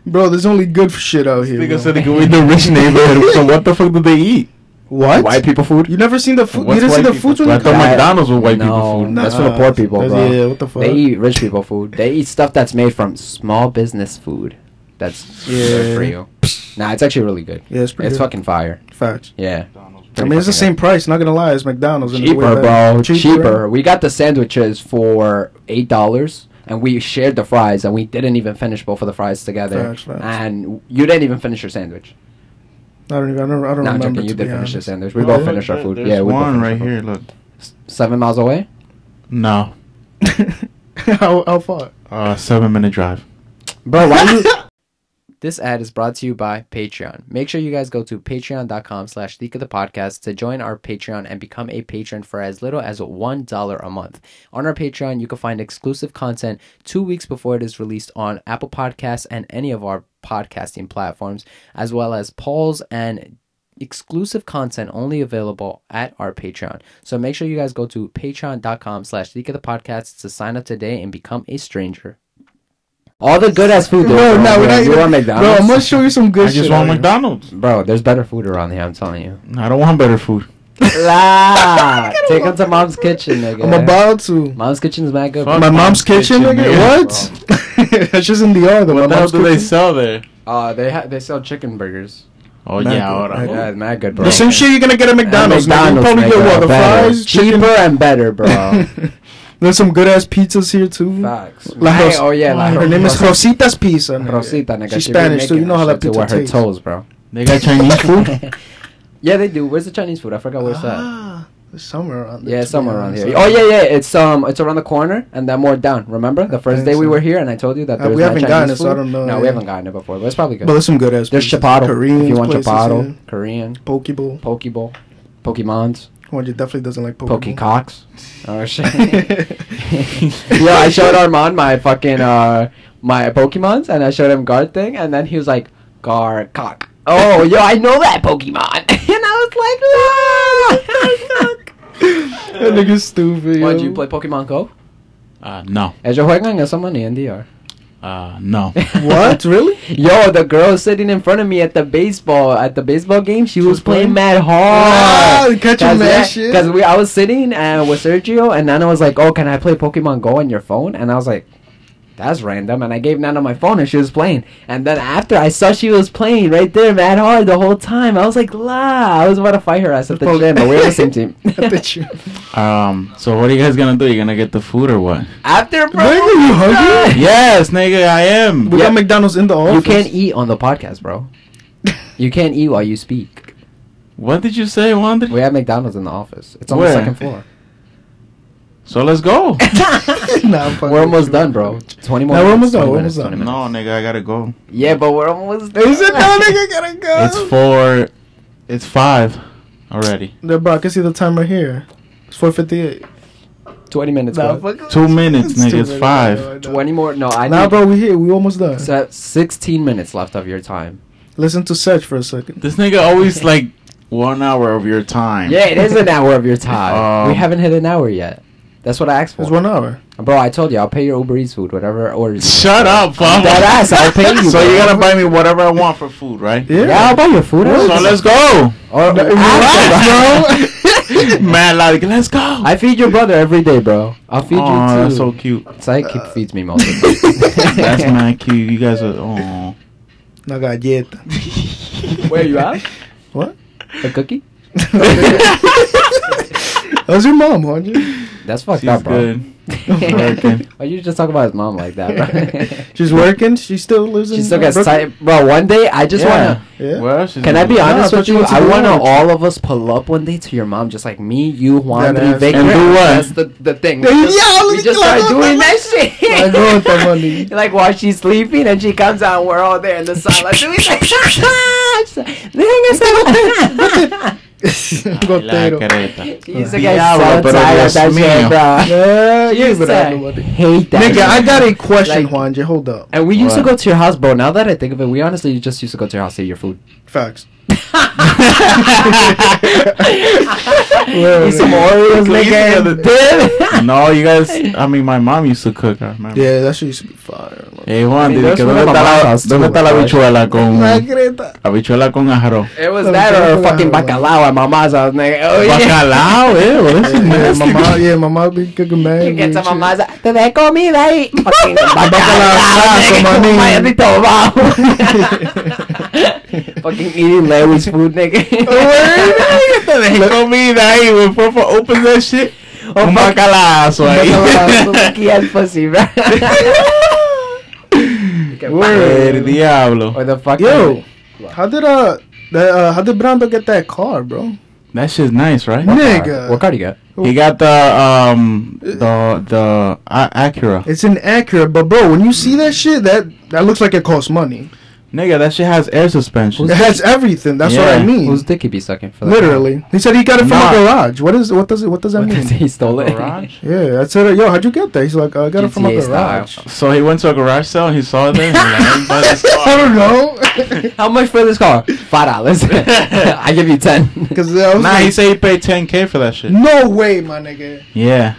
A: Bro, there's only good shit out here.
C: Nigga
A: bro.
C: said they go in the rich neighborhood. So what the fuck do they eat?
A: what?
C: White people food?
A: You never seen the food? You
C: What's
A: didn't see
C: white
A: the
C: people?
A: food when
C: I
A: you
C: thought
A: come?
C: McDonald's was white people
B: No,
C: food.
A: Nah.
B: That's for the poor people, bro.
A: Yeah, what the fuck?
B: They eat rich people food. They eat stuff that's made from small business food. That's good
A: Yeah.
B: for you. Nah, it's actually really good.
A: Yeah, it's pretty
B: It's
A: good.
B: fucking fire.
A: Facts.
B: Yeah.
A: I mean, it's the same price. Not gonna lie, it's McDonald's. in the way
B: Cheaper,
A: back.
B: bro. Cheaper. We got the sandwiches for eight dollars, and we shared the fries, and we didn't even finish both of the fries together.
A: Facts, facts.
B: And you didn't even finish your sandwich.
A: I don't even. I don't, I don't
B: No, I'm
A: remember.
B: joking. You
A: to
B: did
A: be
B: finish your
A: honest.
B: sandwich. We
A: Oh,
B: both
A: yeah,
B: finished our
C: there-
B: food.
C: There's
B: Yeah, we both
C: one
B: finished our
C: right
B: food.
C: here. Look.
B: Seven miles away.
C: No.
A: how how far?
C: Uh, seven minute drive.
B: Bro, why you? this ad is brought to you by Patreon. Make sure you guys go to patreon.com slash leak of the podcast to join our Patreon and become a patron for as little as $1 a month. On our Patreon, you can find exclusive content two weeks before it is released on Apple Podcasts and any of our podcasting platforms, as well as polls and exclusive content only available at our Patreon. So make sure you guys go to patreon.com slash leak of the podcast to sign up today and become a stranger. All the good ass food, though.
A: Bro, no, we're not
B: you
A: even-
B: want
A: Bro,
B: McDonald's?
A: I'm gonna show you some good
C: I
A: shit.
C: just want
A: out here.
C: McDonald's.
B: Bro, there's better food around here. I'm telling you.
C: I don't want better food.
B: La, take him to mom's kitchen, nigga.
A: I'm about to.
B: mom's kitchen is mad good.
C: Fuck.
A: My mom's
C: Mom's
A: kitchen,
C: kitchen,
A: nigga.
C: nigga.
A: What? That's just in the order.
C: What
A: my
C: the hell
A: mom's
C: do they
A: kitchen.
C: sell there?
B: Uh, they ha- they sell chicken burgers.
C: Oh
A: Mac-
C: yeah, ahora.
A: Mac-
B: Yeah, it's mad good, bro.
A: The same shit you're gonna get at
B: And
A: McDonald's. nigga. You probably
B: McDonald's,
A: get
B: nigga,
A: what the
B: better.
A: fries,
B: cheaper
A: chicken-
B: and better, bro.
A: There's some good ass pizzas here too.
B: Facts.
A: La
B: Hey,
A: Ros-
B: oh yeah, la
A: Her name is Rosita's Pizza. nigga.
B: Rosita, nigga.
A: She's
B: She be
A: Spanish, so you
B: making
A: know how that
B: shit to
A: pizza
B: wear her
A: tastes.
B: toes, bro.
C: They got Chinese food.
B: yeah, they do. Where's the Chinese food? I forgot where's that.
A: Ah, somewhere around.
B: Yeah,
A: there,
B: somewhere
A: to be
B: around
A: honest.
B: here. Oh yeah, yeah. It's um, it's around the corner, and then more down. Remember the first
A: think
B: day we
A: so.
B: were here, and I told you that
A: Uh,
B: there was
A: we
B: no
A: haven't
B: Chinese
A: gotten it, so I
B: food?
A: don't know,
B: No, we
A: yeah.
B: haven't gotten it before, but it's probably good.
A: But there's some good ass.
B: There's
A: places.
B: Chipotle.
A: Korean
B: if you want
A: places,
B: Chipotle,
A: yeah.
B: Korean,
A: Pokeball.
B: Pokeball, Pokemons,
A: Well, you definitely doesn't like Pokemon.
B: Pokecocks. Oh shit. yeah, I showed Armand my fucking uh my Pokemons, and I showed him guard thing, and then he was like gar cock. Oh, yo, I know that Pokemon, and I was like,
A: that nigga's stupid.
B: Why "Ah!" do
A: yo.
B: you play Pokemon Go?
C: Uh, no.
B: Ellos juegan eso man en DR.
C: Uh, no.
A: What? Really?
B: Yo, the girl sitting in front of me at the baseball at the baseball game, she, was,
A: was
B: playing
A: playing?
B: mad
A: Ah,
B: hard.
A: catching mad shit.
B: Because we, I was sitting uh, with Sergio, and Nana was like, "Oh, can I play Pokemon Go on your phone?" And I was like, "That's random." And I gave Nana my phone, and she was playing. And then after I saw she was playing right there, mad hard the whole time. I was like, "La!" I was about to fight her ass at the
A: Poke-
B: gym, but we were the same team.
A: I bet you.
C: Um, so what are you guys gonna do? You gonna get the food or what?
B: After, bro,
A: Nigga, you hungry?
C: yes, nigga, I am.
A: We
B: Yeah.
A: got McDonald's in the office.
B: you can't eat on the podcast, bro. You can't eat while you speak.
C: What did you say, Wander?
B: We have McDonald's in the office. It's on
C: Where?
B: the second floor.
C: So let's go.
A: Nah, I'm fucking
B: we're
A: with
B: almost
A: you.
B: done, bro. Twenty more.
A: Nah, we're almost
B: minutes, 20
A: done, we're almost
B: minutes, 20
A: done.
B: minutes.
C: no, nigga, I gotta go.
B: Yeah, but we're almost.
A: He said, "No, nigga, gotta go."
C: It's four. It's five already.
A: Yeah, bro, I can see the time right here. It's four fifty-eight.
B: Twenty minutes. bro.
C: Two minutes, nigga. It's five.
B: Twenty more. No, I
A: Now,
B: need.
A: bro, we here. We almost done.
B: So sixteen minutes left of your time.
A: Listen to Sedge for a second.
C: This nigga always like one hour of your time.
B: Yeah, it is an hour of your time. we
C: Um,
B: haven't hit an hour yet. That's what I asked for.
A: It's one hour.
B: Bro, I told you I'll pay your Uber Eats food, whatever orders.
C: Shut up,
B: I'm
C: fuck.
B: dead ass, I'll pay you,
C: So
B: bro.
C: you gotta buy me whatever I want for food, right?
A: Yeah.
B: Yeah, I'll buy your food.
C: So
B: I-
C: let's go.
B: Or,
A: No,
B: After, Oh, bro.
C: Man, like, let's go.
B: I feed your brother every day, bro. I'll feed
C: Aw,
B: you too.
C: that's so cute.
B: Psychic feeds me most of the
C: That's not cute. You guys are. Oh.
A: No galleta.
B: Where you at?
A: What?
B: A cookie?
A: that was your mom, weren't you?
B: That's fucked
C: She's
B: up, bro.
C: good. Working.
B: Why you just talk about his mom like that, bro?
A: She's working. She still lives in.
B: she still
A: uh,
B: gets
A: Brooklyn?
B: tight, bro. One day, I just wanna.
A: Yeah.
C: Well, she's
B: Can I be
C: good.
A: I
B: honest
A: thought
B: with
A: you
B: you?
A: went to
B: I
A: the
B: want to
A: lodge.
B: all of us pull up one day to your mom, just like me, you, Juan,
A: Deadass.
B: Vic,
C: And do what?
B: That's the, the thing. We
A: Yeah,
B: just,
A: look
B: we
A: at
B: just
A: you, I
B: start
A: want the
B: doing that shit.
A: I want the money.
B: like while she's sleeping, and she comes out, and we're all there in the sala doing that.
A: Gotero.
B: He's a guy so
C: Diablo, pero
B: tired of
C: Dios
B: that shit,
C: mío.
B: bro.
A: Yeah,
B: I
A: you
B: used
A: but
B: to
A: I know what it-
B: hate that.
A: Nigga, I got a question,
B: Like-
A: Juanje. Hold up.
B: And we used to
C: What?
B: go to your house, bro. Now that I think of it, we honestly just used to go to your house to eat your food.
A: Facts.
B: eat some Oreos,
C: Crazy other
B: nigga. Dude.
C: No, né, you guys. I mean, my mom used to cook. I remember.
A: Yeah, that shit used to be fire.
C: Hey Juan,
B: I mean,
C: dile que
B: that's
C: dónde
B: one of
C: está
B: my
C: la
B: mom's
C: dónde
B: too,
C: está la
B: right?
C: habichuela con
A: La creta.
C: habichuela con ajarro.
B: It was
A: Let me
B: that or
A: check
B: a
A: it
B: fucking
A: out.
B: bacalao at my mom's house, nigga.
C: É
B: Oh, yeah.
C: Bacalao, eh, bro, that's
A: Yeah,
C: nasty.
A: mama, yeah, mama be cooking mad.
B: You get
A: and
B: to
A: shit.
B: mama's house. Te dejo comida y fucking bacalao,
A: Bacalao,
B: nigga.
A: maní.
B: Como maldito vago. é Fucking eating Larry's food, né? nigga.
C: Dejé comida ahí, when Papa opens that shit.
B: Oh,
C: Un bacalazo ahí.
B: Bacalao, aquí al pussy, bro. Que
A: Word.
C: El
B: fucking- Or
C: diablo.
B: the fucking.
A: Yo, how did uh, the, uh, how did Brando get that car, bro?
C: That shit's nice, right?
A: Nigga,
B: What card you got?
C: He got the um the the uh, Acura.
A: it's inaccurate, but bro, when you see that shit, that that looks like it costs money.
C: Nigga, that shit has air suspension.
A: It has everything. That's what
C: Yeah.
A: I mean.
B: Whose dick he be sucking for that?
A: Literally, he said he got it from
C: Nah.
A: a garage. What is? What does it? What does that mean?
B: he stole it.
C: Garage?
A: Yeah, I said, uh, yo, how'd you get that? He's like, I got it from a
B: GTA style.
A: garage.
C: So he went to a garage sale and he saw it there. And he bought this car.
A: I don't know.
B: How much for this car? Five dollars. I give you ten.
A: Cause I was
C: Nah,
A: like,
C: he said he paid 10k for that shit.
A: no way, my nigga.
C: Yeah,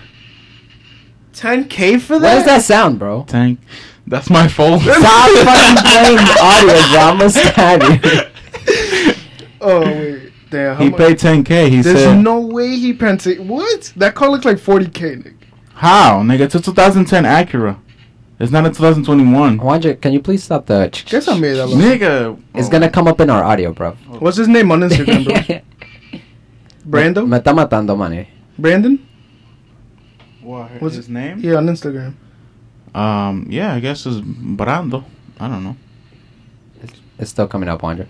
A: 10k for that?
B: Where's that sound, bro?
C: 10. That's my phone.
B: Stop fucking playing the audio, bro. I'ma stab you.
A: Oh wait, damn. how
C: He
A: much-
C: paid 10k. He
A: There's
C: said,
A: no way he prints it. What? That car looks like 40k, nigga.
C: "How, nigga? It's a 2010 Acura. It's not a 2021."
B: Juanja, can you please stop the?
A: Guess I made that. Look.
C: Nigga,
B: Oh, It's gonna come up in our audio, bro.
C: Oh.
A: What's his name on Instagram, bro?
B: Me
A: Brando?
B: está matando, mane.
A: Brandon?
C: What,
A: What's
C: his name?
A: Yeah, on Instagram.
C: Um, yeah, I guess it's Brando. I don't know.
B: It's still coming up, Juanja.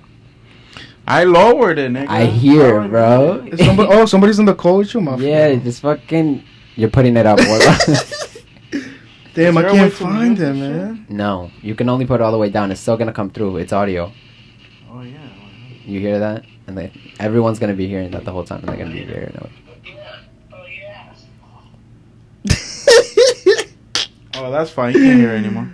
C: I lowered it, nigga.
B: I hear, bro.
A: Is somebody, oh, somebody's in the call with you, my
B: yeah,
A: friend.
B: it's fucking. You're putting it up.
A: Damn,
C: Is
A: I
C: there a way
A: can't
C: to
A: find
C: mute
A: him,
C: this shit?
A: man.
B: no, you can only put it all the way down. It's still gonna come through. It's audio.
C: Oh yeah.
B: You hear that? And they, everyone's gonna be hearing that the whole time. And they're gonna be hearing it.
C: Oh, that's fine. You can't hear anymore.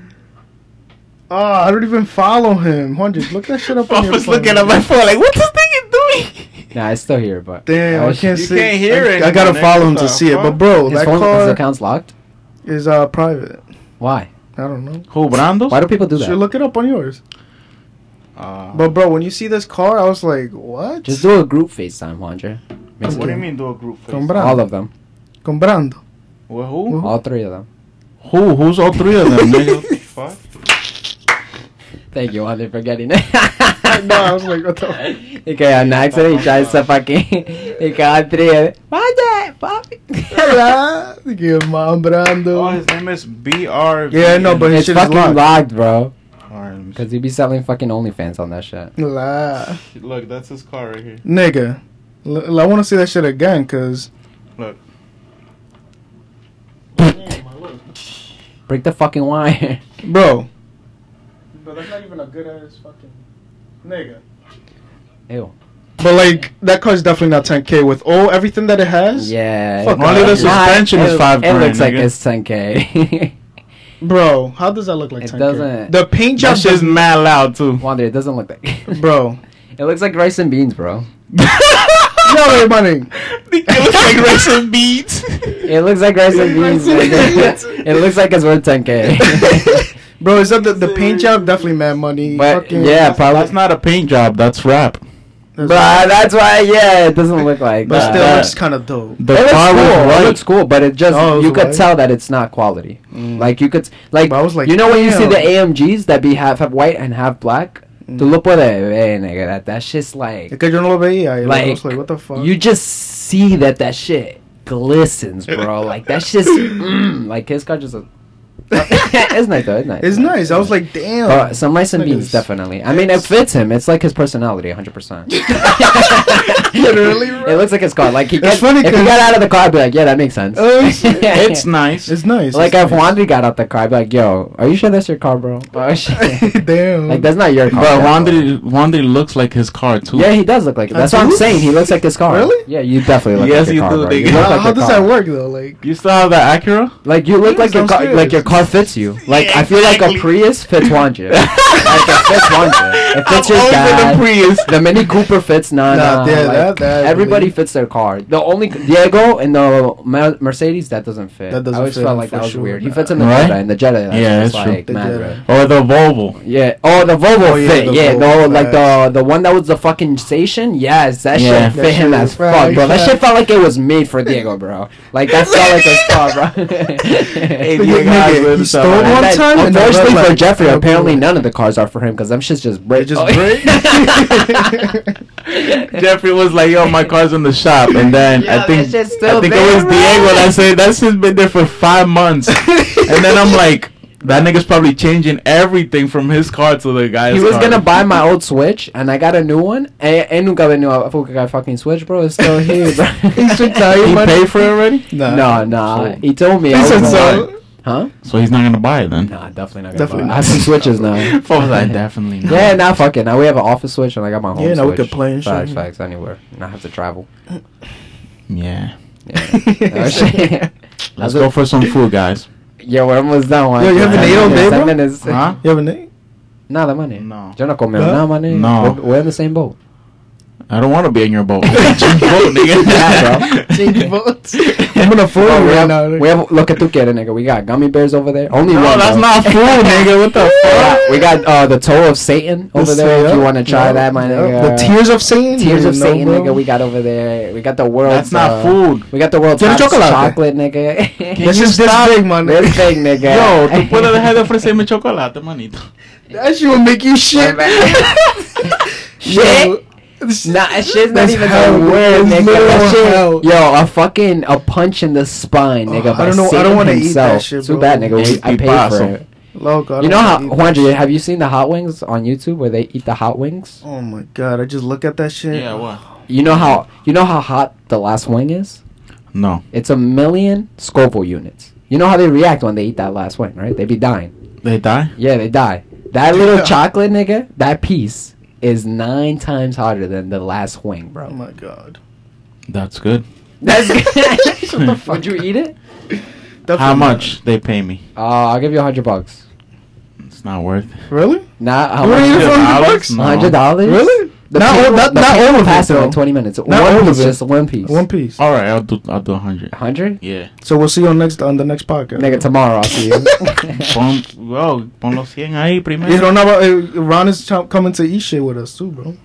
A: oh, I don't even follow him. Hundred, look that shit up. on
C: I
A: your
C: was
A: phone.
C: looking at my phone like, what this thing is doing?
B: Nah, I still hear it, but
A: Damn,
B: I
A: I
B: wish-
A: can't
C: You
A: see.
C: can't hear
A: I,
C: it
A: I gotta
C: anymore,
A: follow him
C: nigga.
A: to see it. But
C: Fuck.
A: bro,
B: Oh, His
A: that
B: phone, his
A: car
B: account's locked.
A: is uh private.
B: Why?
A: I don't know.
C: Who, Brandos?
B: Why do people do
A: Should
B: that?
A: look it up on yours.
C: Uh,
A: But bro, when you see this car, I was like, what?
B: Just do a group FaceTime, Juanja. Makes
C: what do
B: it-
C: you mean do a group face?
A: Sombra-
B: All of them,
A: comprando.
C: Well, who?
B: all three of them.
C: Who? Who's all three of them, nigga? Fuck.
B: Thank you, Juanja, for getting it.
A: no, I was like, what the?
B: Y que an accident, he tries to fucking. He got three of it. Juanja, papi.
A: Hola, que
C: Oh,
A: mambrando.
C: his name is BR.
A: Yeah, no, but his
B: It's
A: shit is
B: fucking
A: locked.
B: locked. bro.
C: Alright, let me
B: Because he be selling fucking OnlyFans on that shit.
A: La,
C: see. Look, that's his car right here.
A: nigga. L- I want to see that shit again, cause
B: Break the fucking wire.
A: bro. But that's not even a good ass fucking nigga.
B: Ew.
A: But like that car's definitely not 10k with all everything that it has.
B: Yeah.
A: Fuck,
B: it-
A: only the
B: it's not-
C: suspension is
B: it-
C: five
B: It
C: grand,
B: looks like
C: nigga.
B: it's 10k.
A: Bro, how does that look like
B: It
A: 10k?
B: doesn't-
A: The paint job
C: That shit's
A: does
C: mad loud, too.
B: Wander, it doesn't look like.
A: Bro,
B: It looks like rice and beans, bro.
A: no, money.
C: It looks like racing beats.
B: It looks like rice and beans.
A: Rice and
B: nigga. it looks like it's worth 10k.
A: Bro, is that the, the paint job? Definitely mad money.
B: But,
A: Fucking-
B: yeah, probably.
C: That's not a paint job. That's rap.
A: That's-
B: Bruh, that's why, yeah, it doesn't look like
A: But
B: that.
A: still,
C: uh,
A: it's kind of dope.
C: The
B: it looks
C: car
B: cool.
C: was
B: It
C: white.
B: looks cool, but it just
A: Oh, it was
B: you could
A: white? Mm.
B: tell that it's not quality. Like you could s- like,
A: But I was like,
B: you know when you see the
A: damn.
B: AMGs that be half have white and half black.
A: Mm.
B: To look what eh, nigga, that that shit's like
A: Because yo no lo veía. y luego I was
B: like,
A: like, what the fuck?
B: you just see that that shit glistens, bro. like that's just mm, like his car just. A, it's nice though. It's nice.
A: it's nice. I was like, damn.
B: Uh, some rice and
A: Look at this.
B: beans, definitely. I mean, it fits him. It's like his personality, 100%.
A: Literally, bro.
B: It looks like his car. Like, he
A: It's
B: got,
A: funny
B: if he
A: 'cause-
B: got out of the car, I'd be like, yeah, that makes sense.
A: Oh, shit.
C: It's nice.
A: It's nice.
B: Like,
A: it's
B: if Wandry got out the car, I'd be like, yo, are you sure that's your car, bro? Oh,
A: nice.
B: shit.
A: damn.
B: like, that's not your car.
C: But
B: bro.
C: Wandry, Wandry looks like his car, too.
B: Oh, Yeah, he does look like it. That's what I'm
A: do?
B: saying. He looks like his car.
A: Really?
B: Yeah, you definitely look
C: Yes,
B: like
C: you
B: your car,
C: do,
B: bro. You
C: nigga.
B: look
A: how
B: like
A: how
B: your
A: does
B: car.
A: that work though? Like,
C: You still have that Acura?
B: Like you look
A: Yes,
B: like your
A: I'm
B: car,
A: serious.
B: like your car fits you. Like I feel like a
C: exactly.
B: Prius fits Wanja. like it fits Wanja. It fits
C: I'm
B: your
C: older
B: dad.
C: than Prius.
B: The Mini Cooper fits Nana.
A: Nah, yeah,
B: like,
A: that- that I
B: everybody
A: believe.
B: fits their car. The only Diego and the Mer- Mercedes that doesn't fit.
A: That doesn't
B: I always
A: fit
B: felt
A: him
B: like
A: for
B: that was
A: sure.
B: weird. He fits in the
C: Right?
B: Jetta and the Jetta. That's
C: Yeah,
B: just
C: that's true.
B: like
A: The
B: mad
A: Jetta.
B: red.
C: Or the Volvo.
B: Yeah. Oh, the Volvo
A: Oh, yeah,
B: fit.
A: the
B: Yeah.
A: Volvo,
B: no, like the the one that was the fucking station. Yes, that
C: Yeah.
B: shit
A: That
B: fit him
A: shit
B: as
A: is right,
B: fuck, bro. That
A: yeah.
B: shit felt like it was made for Diego, bro. Like that felt like his car, bro.
C: Hey,
A: Nigga,
C: you guys
A: nigga,
C: live
A: he stole
C: somewhere.
A: one
B: And then,
A: time. and then
B: Unfortunately
A: red
B: for
A: light.
B: Jeffrey,
A: Yeah,
B: apparently
A: blue light.
B: none of the cars are for him because them shits just break.
A: They just
B: Oh.
A: break.
C: Jeffrey was like, "Yo, my car's in the shop," and then
B: Yeah,
C: I think
B: that shit's still
C: I think
B: there,
C: it was
B: bro.
C: Diego that said that shit's been there for five months, and then I'm like, that nigga's probably changing everything from his car to the guy's.
B: he was
C: car.
B: gonna buy my old Switch, and I got a new one. And and nunca venía a fucking fucking Switch, bro. It's still here, bro.
A: He should tell you,
C: He
A: man.
C: paid for it already,
A: Nah.
B: No, nah.
C: So-
B: He told me.
A: He
B: I was
A: said
B: gonna buy it.
A: so.
B: Huh?
C: so he's not gonna buy it then.
B: Nah, definitely not.
A: Definitely
B: Definitely.
A: not.
B: I have some Switches now.
C: Fuck that, definitely. Not.
B: Yeah, now fuck it. Now we have an office Switch, and I got my home.
A: Yeah, now we
B: Switch.
A: could play and shit.
B: Facts, facts, anywhere. And I have to travel. Oh,
C: yeah.
B: Yeah.
C: Let's go for some food, guys.
B: Yo, we're almost done. Juan.
A: Yo, you haven't
B: Ten
A: ate all
B: minutes,
A: day,
B: ten
A: bro?
B: minutes.
C: Huh?
A: You have a name?
B: Nada, money.
C: No.
B: Yo no comeo
A: Huh?
B: nada, money.
C: No.
B: We're, we're in the same boat.
C: I don't want to be in your boat. Change boat, nigga.
B: Yeah,
A: bro. Change boats. I'm gonna
C: Oh,
A: fool
B: Bro,
A: you
B: we,
A: right
B: have,
A: now.
B: we have, look at Tukere, nigga. We got gummy bears over there. Only
C: No,
B: one.
C: that's
B: though.
C: not food, nigga. What the
B: We
C: fuck?
B: got- we got uh, the toe of Satan over
A: Let's
B: there.
A: see,
B: If you
A: yeah.
B: want to try
A: Yeah,
B: that, my
A: yeah.
B: nigga.
A: The tears of Satan.
B: Tears of
A: No,
B: Satan,
A: bro.
B: nigga. We got over there. We got the world.
C: That's not food.
B: We got the world's
A: Tiene
B: top
A: chocolate.
B: chocolate, nigga.
A: This is this big, man.
B: This big, nigga.
C: Yo, tú puedes dejar de ofrecerme chocolate, manito.
A: That shit will make you shit.
B: Shit.
A: Yo, this-
B: Nah, that shit's not
A: That's
B: even
A: hell,
B: the word,
A: that's
B: nigga.
A: literal
B: That shit-
A: hell.
B: yo, a fucking a punch in the spine, nigga.
A: Ugh, I
B: by
A: don't know- I
B: Satan
A: don't wanna eat that
B: himself.
A: shit,
B: Too
A: bro.
B: bad, nigga. We, I
C: Este
B: paid for
C: paso.
B: it.
A: Lord God.
B: You know how
A: I don't wanna eat
B: Juanji,
A: that
B: have
A: shit.
B: you seen the hot wings on YouTube where they eat the hot wings?
A: Oh my god! I just look at that shit.
C: Yeah, what?
B: You know how you know how hot the last wing is?
C: No,
B: It's a million Scoville units. You know how they react when they eat that last wing, right? They be dying.
C: they die.
B: Yeah, they die. That little chocolate nigga, that piece is nine times hotter than the last wing,
A: Oh
B: bro.
A: my god!
C: That's good.
B: That's good. the fuck? Would you eat it?
C: How
A: Definitely
C: much they pay me?
B: Uh, I'll give you a hundred bucks.
C: It's not worth. it.
A: not. Really?
B: Not how
A: You wanna eat it
B: much?
A: for hundred
C: Dollars?
A: bucks?
C: No.
B: hundred dollars?
A: Really?
B: The
A: Not
B: people,
A: all- not-
B: the
A: not
B: people
A: all of it,
B: pass it
A: though.
B: in twenty minutes.
A: all
B: one
A: of
B: piece,
A: it.
B: just one piece.
A: One piece.
C: All right, I'll do. I'll do a hundred.
B: hundred?
C: Yeah.
A: So we'll see you on next on the next podcast.
B: Nigga, tomorrow I'll see you.
C: Pon, wow, pon los 100 ahí primero.
A: You don't know about uh, Ron is ch- coming to eat shit with us too, bro.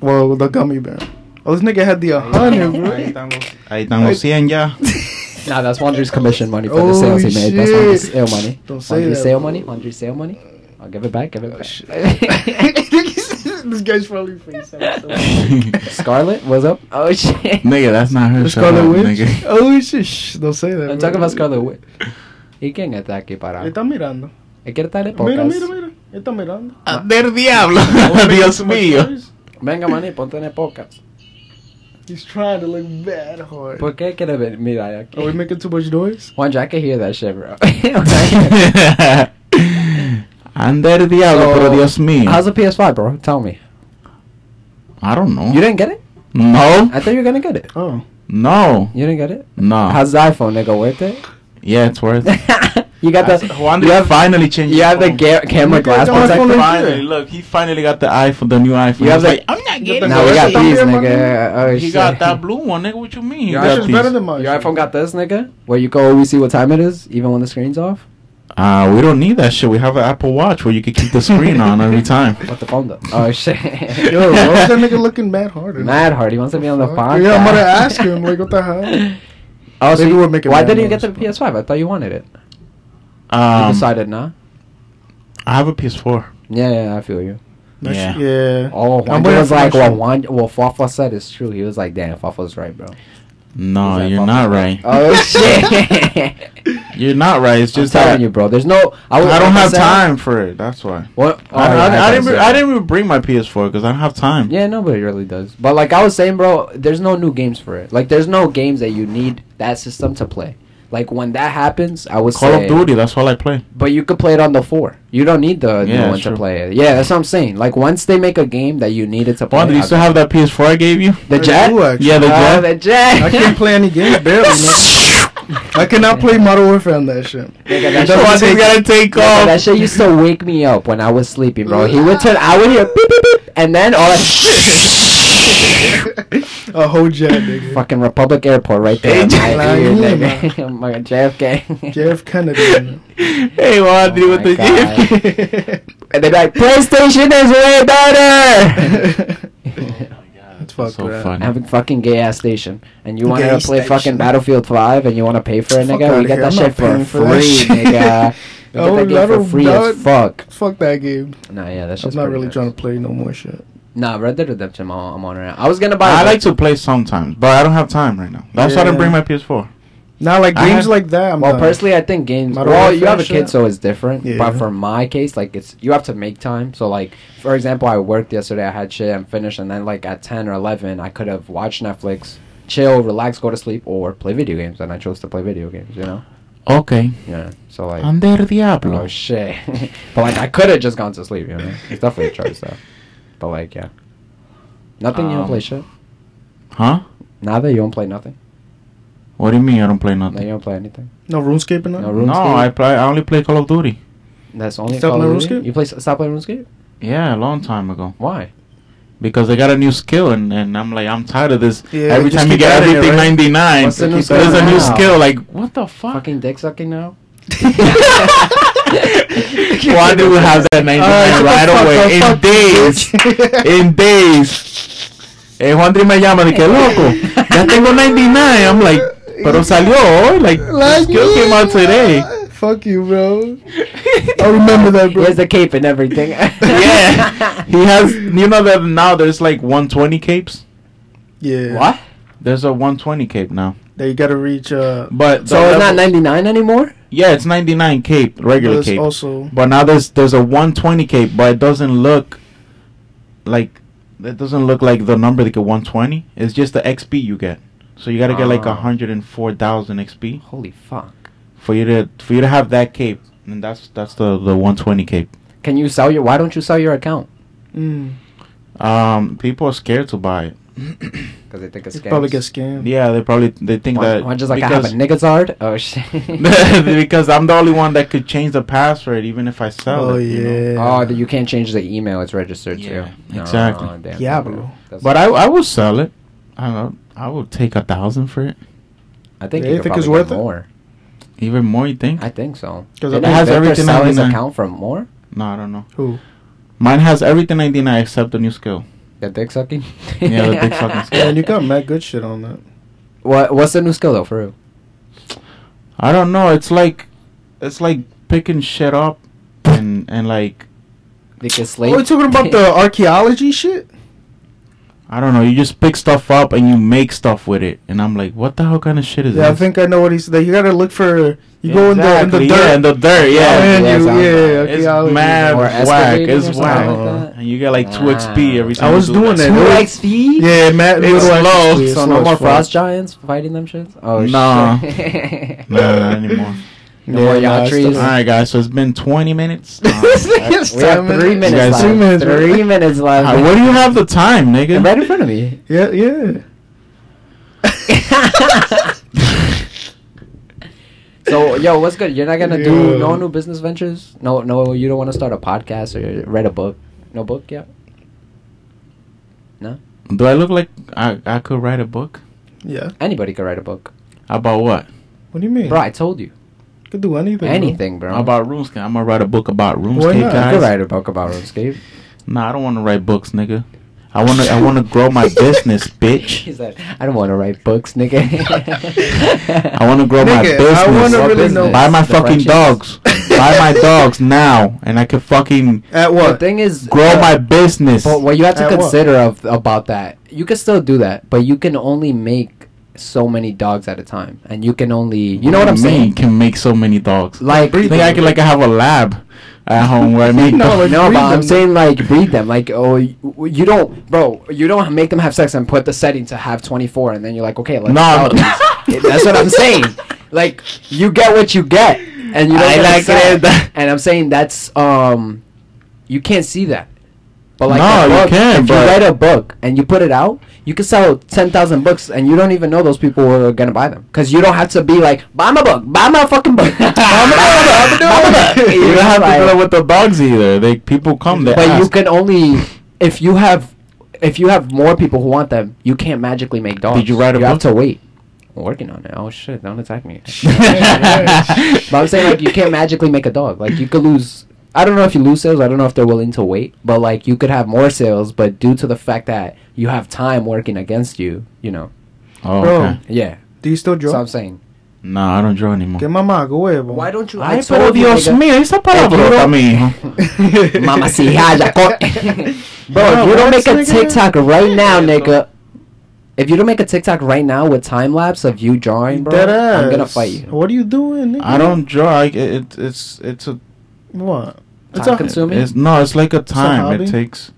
A: Well, with the gummy bear. Oh, this nigga had the 100, bro.
C: Ahí están los- Ahí están los 100 ya.
B: Nah, that's Wandry's commission money for the
A: Oh,
B: sales he made. That's
A: shit.
B: Wandry's sale money.
A: Don't say
B: Wandry's
A: that,
B: sale
A: bro. Oh,
B: money. Wandry's sale money. I'll give it back. Give it back.
A: this guy's probably free.
B: Scarlet, what's up? Oh shit!
C: Nigga, that's not her. shut
A: Scarlet
C: up,
A: Witch.
C: nigga.
A: Oh, shit. Shh, don't say that.
B: I'm
A: bro.
B: talking about Scarlet Witch. ¿Y quién está aquí para?
C: Ah.
A: Él está mirando.
B: ¿El que está en el
A: Mira,
B: podcast?
A: mira, mira. Él está mirando.
C: Del diablo. Dios mío.
B: Venga, maní, ponte en el podcast.
A: He's trying to look bad hard.
B: ¿Por qué quieres venir? Mira aquí.
A: Are we making too much noise?
B: Wandry, I can hear that shit, bro.
C: Ander diablo,
B: So,
C: pero Dios mío.
B: How's the PS5, bro? Tell me.
C: I don't know.
B: You didn't get it?
C: No,
B: I thought you were gonna get it.
A: Oh.
C: no,
B: You didn't get it?
C: no.
B: How's the iPhone, nigga? Worth it?
C: yeah, it's worth. it.
B: you got the.
C: Juan
B: you have,
C: finally changed.
B: you
C: his
B: have the
C: phone.
B: ga- camera
A: You got
B: glass
A: the
B: protector.
A: iPhone
C: Finally, look, he finally got the iPhone, the new iPhone.
B: You have
C: He's
B: the-
C: like, I'm not
A: You got
C: getting.
A: the-
B: No, we
C: it."
B: got
A: That's
B: these,
A: the damn
B: nigga. Oh,
C: He
B: shit.
C: got that blue one, nigga. What you mean?
B: Your
C: He got
A: This is
C: these.
A: better than mine.
B: Your iPhone got this, nigga? Where you can always see what time it is, even when the screen's off?
C: Uh, we don't need that shit. We have an Apple Watch where you can keep the screen on every time.
B: What the phone does. Oh, shit.
A: Yo, why was that nigga looking mad harder?
B: Mad hard. He wants to be on the
A: Fuck.
B: podcast.
A: Yeah, I'm gonna ask him, like, what the hell?
B: Oh, so
A: Maybe
B: you-
A: we'll make it
B: why
A: mad
B: didn't you get
A: noise,
B: the
A: but-
B: PS5? I thought you wanted it. you
C: Um,
B: decided not?
C: I have a PS4.
B: Yeah, yeah, I feel you.
A: That
C: Yeah.
A: shit- Yeah.
B: Oh, Juan
A: I'm
B: was
A: waiting
B: like,
A: for my
B: well,
A: shit.
B: Juan, well, Fafa said it's true. He was like, damn, Fafa's right, bro. Is
C: No,
B: that
C: you're
B: fucking
C: not right.
B: Oh, shit.
C: You're not right. It's
B: Just
C: just
B: telling
C: that
B: you, bro. There's no. was-
C: I don't
B: like
C: have
B: said-
C: time for it. That's why.
B: What? Oh,
C: I,
B: yeah,
C: I, I,
B: thought
C: didn't.
B: you
C: br-
B: said-
C: I didn't even bring my PS4 because I don't have time.
B: Yeah, nobody really does. But like I was saying, bro, there's no new games for it. Like there's no games that you need that system to play. Like when that happens, I would
C: Call
B: say,
C: of Duty. That's all I play.
B: but you could play it on the four. You don't need the
C: Yeah,
B: new one
C: that's true.
B: to play it. Yeah, that's what I'm saying. Like once they make a game that you need it to play,
C: Juan, do you
B: I'll-
C: still have that PS4 I gave you?
B: the jet.
A: Ooh, actually.
C: Yeah, the
B: Oh,
C: jet.
B: the jet.
A: I can't play any games, barely. nigga. I cannot play Modern Warfare on that shit.
B: Nigga, that
A: That's why
B: shit-
A: I take-
C: Juan, you gotta take
B: Yeah, but that
C: off.
B: shit used to wake me up when I was sleeping, bro. He would turn, I would hear beep beep beep, and then all that
A: A whole jet, nigga.
B: fucking Republic Airport right there. in my ear,
A: Like,
B: nigga. Oh my god, JFK.
A: Jeff Kennedy.
C: Hey, Juan, do
B: Oh
C: you with
B: my
C: the
B: God.
C: gift?
B: And they'd be like, PlayStation is way better!
A: That's fucked
C: so
A: up.
C: funny.
B: Having fucking gay ass station. And you want
A: Gay
B: to play fucking
A: station.
B: Battlefield 5 and you want to pay for it,
A: Fuck
B: nigga?
A: outta
B: We get
A: here, I'm
B: that shit
A: not
B: for
A: paying for that
B: free,
A: shit.
B: nigga. We
A: Oh,
B: get that
A: not
B: game for
A: a
B: free
A: dog.
B: as fuck.
A: Fuck that game.
B: Nah, yeah, that's
A: I'm
B: just
A: not really trying to play no more shit.
B: Nah, Red Dead Redemption, I'm, I'm on right now. I was gonna buy
C: I
B: it,
C: like to play sometimes, but I don't have time right now. That's why I didn't
A: Yeah.
C: bring my PS4.
A: Not like
C: I
A: games
C: have-
A: like that. I'm
B: Well,
A: not-
B: personally, I think games.
A: Modern
B: Well, you
A: Warfare
B: have a kid,
A: shit?
B: so it's different.
A: Yeah.
B: But for my case, like it's you have to make time. So like for example, I worked yesterday. I had shit. I'm finished, and then like at ten or eleven, I could have watched Netflix, chill, relax, go to sleep, or play video games. And I chose to play video games. You know.
C: Okay.
B: Yeah. So like.
C: Ander Diablo.
B: oh shit! but like I could have just gone to sleep. You know. It's definitely a choice though. But like yeah. Nothing. you don't
C: Um,
B: play shit.
C: Huh?
B: Neither. You don't play nothing.
C: What do you mean I don't play
B: No, you
C: nothing?
B: don't play anything.
A: No RuneScape and
B: No
A: nothing?
B: RuneScape.
C: No, I play. I only play Call of Duty.
B: That's only.
A: Stop
B: Call
A: playing
B: of Duty?
A: RuneScape?
B: You play stop playing RuneScape.
C: Yeah, a long time ago.
B: Why?
C: Because they got a new skill, and, and I'm like, I'm tired of this.
A: Yeah,
C: Every
A: you just
C: time you
A: keep
C: get
A: adding it,
C: everything
A: right?
C: 99,
B: What's the new
C: there's
B: skill
C: a new
B: now?
C: skill. Like, what the fuck?
B: Fucking dick sucking now.
C: Why do we have that 99 right away? In days. In days. Eh, Juan Dri me llama de que loco. Ya tengo 99. I'm like, pero salió hoy. Like, the skill came out today.
A: Fuck you, bro. I remember that, bro.
B: He has the cape and everything.
C: Yeah. He has, you know that now there's like 120 capes?
A: yeah.
B: What?
C: There's a 120 cape now.
A: That you gotta reach. Uh,
C: But
B: So
C: the
B: it's not
C: level-
B: 99 anymore?
C: Yeah, it's 99 cape,
A: But
C: regular
A: it's
C: cape.
A: also
C: But now there's there's a 120 cape, but it doesn't look like it doesn't look like the number like a 120. It's just the XP you get. So you gotta get like
B: Ah.
C: 104,000 XP
B: Holy fuck!
C: for you to for you to have that cape, and that's that's the the 120 cape.
B: Can you sell your? Why don't you sell your account?
A: mm,
C: Um, people are scared to buy it.
B: Because they think it's
A: it's
B: scams.
A: probably get scammed.
C: Yeah, they probably they think
B: Why-
C: that
B: why just like I have a niggazard. Oh shit!
C: because I'm the only one that could change the password, even if I sell
A: Oh
C: it. you know?
A: yeah.
B: Oh, you can't change the email it's registered
C: Yeah,
B: to.
C: exactly.
B: damn.
A: Diablo.
B: That's-
C: But I I will sell it. I don't- I will take a thousand for it.
B: I think
A: Yeah,
B: you
A: you
B: could
A: think it's
B: probably
A: worth
B: get
A: it?
B: more.
C: Even more, you think?
B: I think so.
A: 'Cause
B: Didn't
A: it has
B: Victor
C: everything
B: Sell
C: on
B: his
C: the-
B: account for more.
C: no, I don't know.
A: Who?
C: Mine has everything 99 except the new skill.
B: The dick sucking.
C: Yeah, the dick sucking
A: Yeah,
C: skill.
A: and you got mad good shit on that.
B: What What's the new skill though? For real?
C: I don't know. It's like, it's like picking shit up, and and like
B: Dick is
A: Oh,
B: slave.
A: we're talking about the archaeology shit.
C: I don't know. You just pick stuff up and you make stuff with it. And I'm like, what the hell kind of shit is
A: Yeah, I
C: this?
A: think I know what he's. That you gotta look for. You go in the in the
C: Exactly,
A: dirt.
C: Yeah, in the dirt. Yeah.
A: and
B: Yeah,
A: you-
B: sounds
A: yeah,
B: like-
A: okay,
C: It's
A: I was-
C: mad
B: Or
C: whack.
B: excavating or
C: It's
B: something
C: whack.
A: like
B: that?
C: and you get like two
B: Nah.
C: XP every
B: I
C: time. you
A: was
C: do
A: doing
C: that.
A: it.
B: Two
A: Yeah.
B: XP.
A: Yeah, Matt.
C: It's slow.
A: Yeah,
B: So
A: slow
B: no
A: as
B: more
A: fuck.
B: frost giants fighting them shits. Oh
C: Nah.
B: shit.
C: No, not anymore.
B: No more
A: Yeah,
B: yacht
A: nah,
B: trees.
A: it's
C: All right, guys. So it's been 20 minutes. Um,
A: It's
B: We have
A: time
B: three
A: in-
B: minutes left.
C: guys-
A: Three minutes.
B: Three minutes left.
C: uh, where do you have the time, nigga?
B: Right in front of me.
A: Yeah, yeah.
B: so yo, what's good? You're not gonna
A: Yeah.
B: do no new business ventures? No, no, you don't want to start a podcast or read a book? No book yet.
C: Do I look like I, I could write a book?
A: Yeah.
B: Anybody could write a book,
C: About what?
A: What do you mean?
B: bro. I told you
A: Could do anything. bro.
B: anything, bro.
C: About RuneScape. I'm gonna write a book about
A: Why
C: RuneScape,
A: not?
B: you could
C: guys.
B: write a book about RuneScape.
C: Nah, I don't want to write books, nigga. I wanna I wanna grow my business, bitch.
B: He's like, I don't want to write books, nigga.
C: I wanna grow my
A: Nigga, I
C: business.
A: wanna
B: What
A: really
B: business?
A: know-
C: Buy my
B: The
C: fucking
B: Frenchies?
C: dogs. Buy my dogs now, and I could fucking
A: At
B: The
A: what?
B: thing is,
C: grow
B: uh,
C: my business.
B: But what you have to
A: At what?
B: consider of about that, you can still do that, but you can only make so many dogs at a time, and you can only, you know what I'm
C: Me
B: saying?
C: Can make so many dogs.
B: Like,
C: I think I could like have a lab at home where I make.
A: No,
C: dogs.
A: like,
B: no,
A: breed
B: but I'm
A: them.
B: saying like breed them. Like, oh, you, you don't, bro. You don't make them have sex and put the setting to have 24, and then you're like, okay, let's.
C: No,
B: No,
C: no.
B: that's what I'm saying. Like, you get what you get, and you don't.
C: I
B: get
C: like
B: upset.
C: it.
B: And I'm saying that's um, you can't see that. But like,
C: No,
B: a
C: you
B: book,
C: can,
B: If
C: but-
B: you write a book and you put it out, you can sell ten thousand books, and you don't even know those people who are gonna buy them, because you don't have to be like, buy my book, buy my fucking book, buy my book, buy my book.
C: you
B: You're
C: don't
B: just
C: have
B: like-
C: to go with the dogs either. They people come. They
B: but you
C: ask.
B: can only if you have if you have more people who want them, you can't magically make dogs.
C: Did you write a
B: You have
C: book?
B: to wait. I'm working on it. Oh shit! Don't attack me. but I'm saying like you can't magically make a dog. Like you could lose. I don't know if you lose sales. I don't know if they're willing to wait. But like you could have more sales, but due to the fact that you have time working against you, you know.
C: Oh,
A: Bro.
C: okay.
B: Yeah.
A: Do you still
B: So
A: draw?
B: I'm saying.
C: No, I don't draw anymore.
A: Que mamá, go away, bro.
B: don't you?
C: Ay, pero Dios mío, esa palabrota, mijo.
B: Mama si haya, co- Bro,
C: Bro,
B: if you don't
C: what,
B: make a
C: nigga?
B: TikTok right now,
C: Yeah,
B: nigga. If you don't make a TikTok right now with time lapse of you drawing, bro,
A: Dead
B: I'm gonna
A: ass.
B: fight you.
A: What are you doing? Nigga?
C: I don't draw. I, it, it, it's it's a
A: What? It's
B: Time
A: a,
B: consuming. Assuming?
C: it's no. It's like a
A: a
C: time
A: hobby.
C: it takes.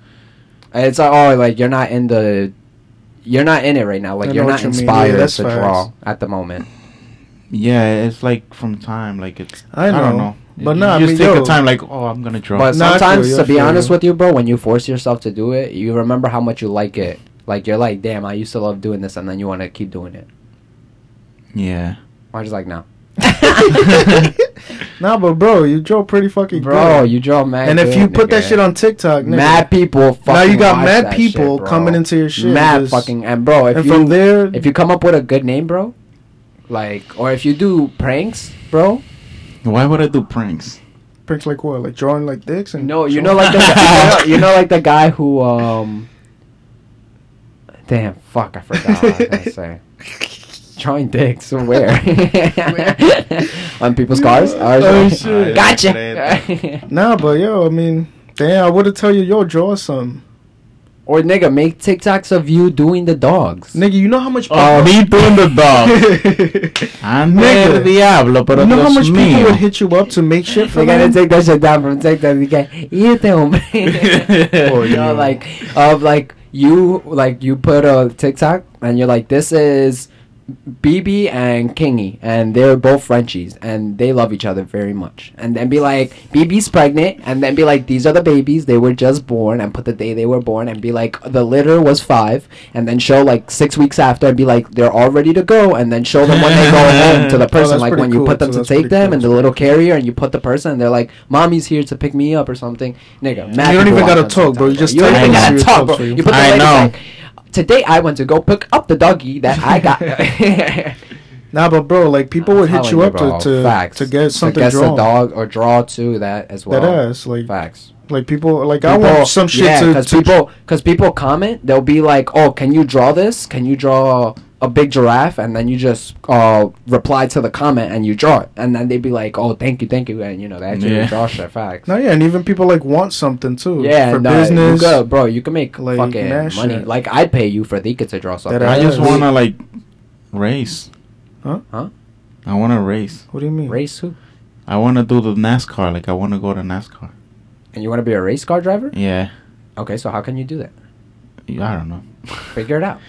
B: It's like, oh, like you're not in the, you're not in it right now.
A: I
B: Like
A: know
B: you're
A: what
B: not
A: you mean. Yeah,
B: inspired
A: that's
B: to
A: facts.
B: draw at the moment.
C: Yeah, it's like from time. Like it's
A: I
C: I, don't
A: know.
C: know.
A: But
C: you
A: nah, I
C: just
A: mean,
C: take
A: yo.
C: a time. Like oh, I'm gonna draw.
B: But
A: Nah, I feel
B: sometimes,
A: you, I
B: to be
A: feel
B: honest
A: you.
B: with you, bro, when you force yourself to do it, you remember how much you like it. Like you're like, damn, I used to love doing this, and then you want to keep doing it.
C: yeah.
B: I'm just like, no,
A: Nah, but bro, you draw pretty fucking
B: bro,
A: good.
B: you draw mad.
A: and if
B: good,
A: you put that
B: nigga.
A: shit on TikTok, nigga,
B: mad people. Fucking
A: now you got
B: watch
A: mad
B: that
A: people
B: shit, bro.
A: coming into your shit.
B: mad
A: just-
B: fucking and bro if
A: and
B: you
A: from there,
B: if you come up with a good name bro like or if you do pranks bro
C: Why would I do pranks?
A: pranks like what, like drawing like dicks and
B: no you know like the guy, you, know, you know, like the guy who um damn fuck i forgot what i was gonna say drawing dicks or where on people's cars Ours,
A: Oh,
B: right?
A: shit.
B: gotcha
A: Nah, but yo, I mean, damn, I would have tell you, yo, draw something.
B: Or nigga, make TikToks of you doing the dogs.
A: Nigga, you know how much.
C: Oh, me doing the dog. Ande
A: Nigga.
C: el diablo, pero
A: you know how
C: Dios
A: much people
C: mío.
A: would hit you up to make shit for
B: They gotta
A: them?
B: take that shit down from TikTok. You can eat them.
A: Oh,
B: you
A: yeah.
B: know, like of like you like you put a TikTok and you're like, this is BB and Kingy, and they're both Frenchies, and they love each other very much. And then be like, BB's pregnant, and then be like, these are the babies. They were just born, and put the day they were born, and be like, the litter was five, and then show like six weeks after, and be like, they're all ready to go, and then show them when they go home to the
A: Oh,
B: person,
A: that's
B: like
A: pretty
B: when you
A: cool.
B: put them
A: So
B: to
A: that's
B: take
A: pretty
B: them,
A: cool.
B: and the little carrier, and you put the person, and they're like, mommy's here to pick me up or something. Nigga, mad
A: You don't
B: people
A: even
B: watch
A: gotta
B: on
A: talk, bro. You
B: TikTok,
A: just
B: You don't
C: type
B: even
C: in
B: gotta
A: your
B: talk, bro.
A: culture.
B: You put the
C: I
B: I
C: know.
B: Like, Today I went to go pick up the doggy that I got.
A: Nah, but bro, like people
B: I'm
A: would hit
B: telling
A: you up
B: bro,
A: to to,
B: facts.
A: to get something
B: guess
A: drawn.
B: a dog or draw to that as well.
A: That ass, like
B: Facts.
A: like people like I want some shit
B: yeah,
A: to,
B: Cause
A: to-
B: people, because people comment, they'll be like, "Oh, can you draw this? Can you draw a big giraffe?" And then you just uh, reply to the comment and you draw it, and then they'd be like, "Oh, thank you, thank you," and you know they actually
C: Yeah.
B: draw shit. Facts.
A: No, yeah, and even people like want something too.
B: yeah,
A: for
B: no,
A: business.
B: you good, bro. You can make
A: like,
B: fucking money.
A: mad shit.
B: Like I'd pay you for Dika to draw something.
A: I
C: I just
A: Yeah.
C: wanna like race.
A: Huh?
B: Huh?
C: I wanna race.
A: What do you mean?
B: race who?
C: I wanna do the NASCAR. Like I wanna go to NASCAR.
B: And you want to be a race car driver?
C: Yeah.
B: Okay, so how can you do that?
C: I don't know.
B: Figure it out.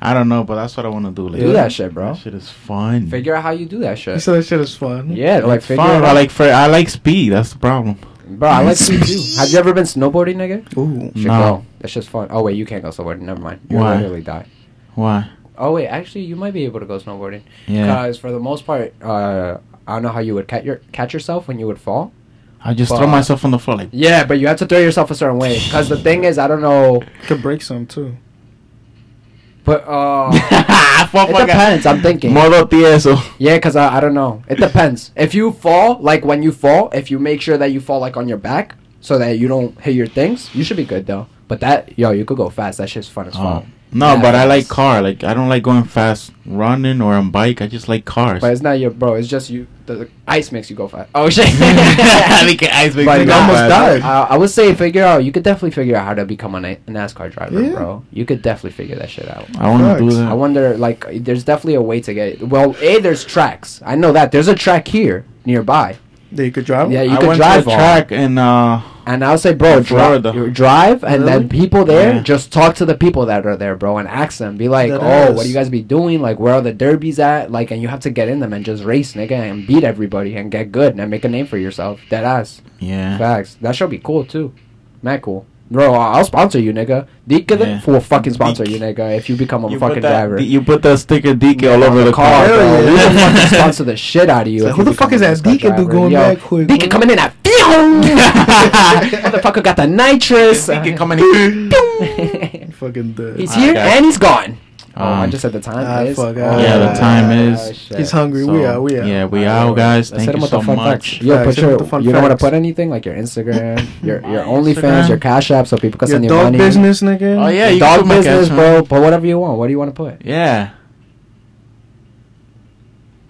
C: I don't know, but that's what I wanna do. Like,
B: Do that shit, bro.
C: That shit is fun.
B: Figure out how you do that shit.
A: You said that shit is fun.
B: yeah, like
C: It's
B: figure
C: fun.
B: it
C: I
B: out.
C: like fr- I like speed. That's the problem.
B: bro, I like you too. Have you ever been snowboarding, nigga?
A: Ooh.
B: Should
C: No.
B: go. That's just fun. Oh wait, you can't go snowboarding. Never mind. You'll
C: Why?
B: literally die.
C: Why?
B: Oh wait, actually, you might be able to go snowboarding.
C: Yeah.
B: Cause for the most part, uh, I don't know how you would catch your catch yourself when you would fall.
C: I just throw
B: But-
C: myself on the floor. Like
B: Yeah, but you have to throw yourself a certain way. Cause the thing is, I don't know,
A: Could break some too.
B: but uh,
C: Fuck my
B: it
C: God.
B: depends. I'm thinking.
C: Modo tieso.
B: Yeah, cause I, I don't know. It depends. If you fall, like when you fall, if you make sure that you fall like on your back so that you don't hit your things, you should be good though. But that yo, you could go fast. That shit's fun as fuck.
C: Oh. No,
B: Yeah,
C: but I
B: fast.
C: like car. Like I don't like going fast running or on bike. I just like cars.
B: But it's not your bro. It's just you. The, the ice makes you go fast. Oh shit!
C: We can ice make
B: But
C: things
A: you almost
C: fast.
A: died.
B: I, I would say figure out. You could definitely figure out how to become a Na- NASCAR driver,
A: Yeah.
B: bro. You could definitely figure that shit out.
C: I want to do
A: Facts.
C: that.
B: I wonder, like, there's definitely a way to get. Well, a there's tracks. I know that there's a track here nearby,
A: That you could drive.
B: Yeah, you
C: I
B: could
C: went
B: drive
C: to
B: on.
C: a track and uh,
B: and I'll say, bro,
C: In
B: dri-
C: Florida.
B: drive, and then
A: Really?
B: people there
C: Yeah.
B: just talk to the people that are there, bro, and ask them, be like,
A: That
B: oh,
A: is.
B: what do you guys be doing? Like, where are the derbies at? Like, and you have to get in them and just race, nigga, and beat everybody and get good and make a name for yourself. Dead ass.
C: yeah.
B: Facts. That should be cool too. Mad cool. Bro, I- I'll sponsor you, nigga. Deacon
C: Yeah.
B: will fucking sponsor
C: Deek.
B: you, nigga, if you become a
C: You put
B: fucking
C: that-
B: driver.
C: You put that sticker DK all
B: On
C: over the
B: car,
C: car.
A: Hell
B: bro.
A: yeah.
B: We will fucking sponsor the shit out of you.
A: Like,
B: if
A: who
B: you
A: the fuck
B: become
A: is
B: a
A: that
B: NASCAR
A: Deacon dude
B: driver.
A: going
B: Yo,
A: back quick,
B: Deacon
A: bro?
B: coming in at Motherfucker got the nitrous.
C: Deacon coming in.
A: Fucking dead.
B: He's
A: He's,
C: Ah,
B: here
C: okay.
B: and he's gone. oh,
C: Um,
B: I just said the time
A: ah,
B: is.
A: fuck,
B: Oh,
A: Yeah, the
C: time is-
B: shit.
A: hungry. we
C: So,
A: are. We are.
C: Yeah, we
B: Alright,
C: out,
B: alright. Let's
C: guys.
B: hit
C: Thank
B: him
C: you
B: with
C: so
B: the fun
C: much.
B: facts. Yo,
A: Facts,
B: put
A: hit him
B: your,
A: with the fun
B: you don't want
A: facts.
B: to put anything like your Instagram, your your
C: My
B: OnlyFans,
C: Instagram.
B: your Cash App, so people can
A: Your
B: send you
A: dog
B: money.
A: business, nigga.
C: Oh, yeah,
B: Your
C: you can
B: dog
C: put my
B: business,
C: Cash
B: bro. But whatever you want. What do you want to put?
C: Yeah.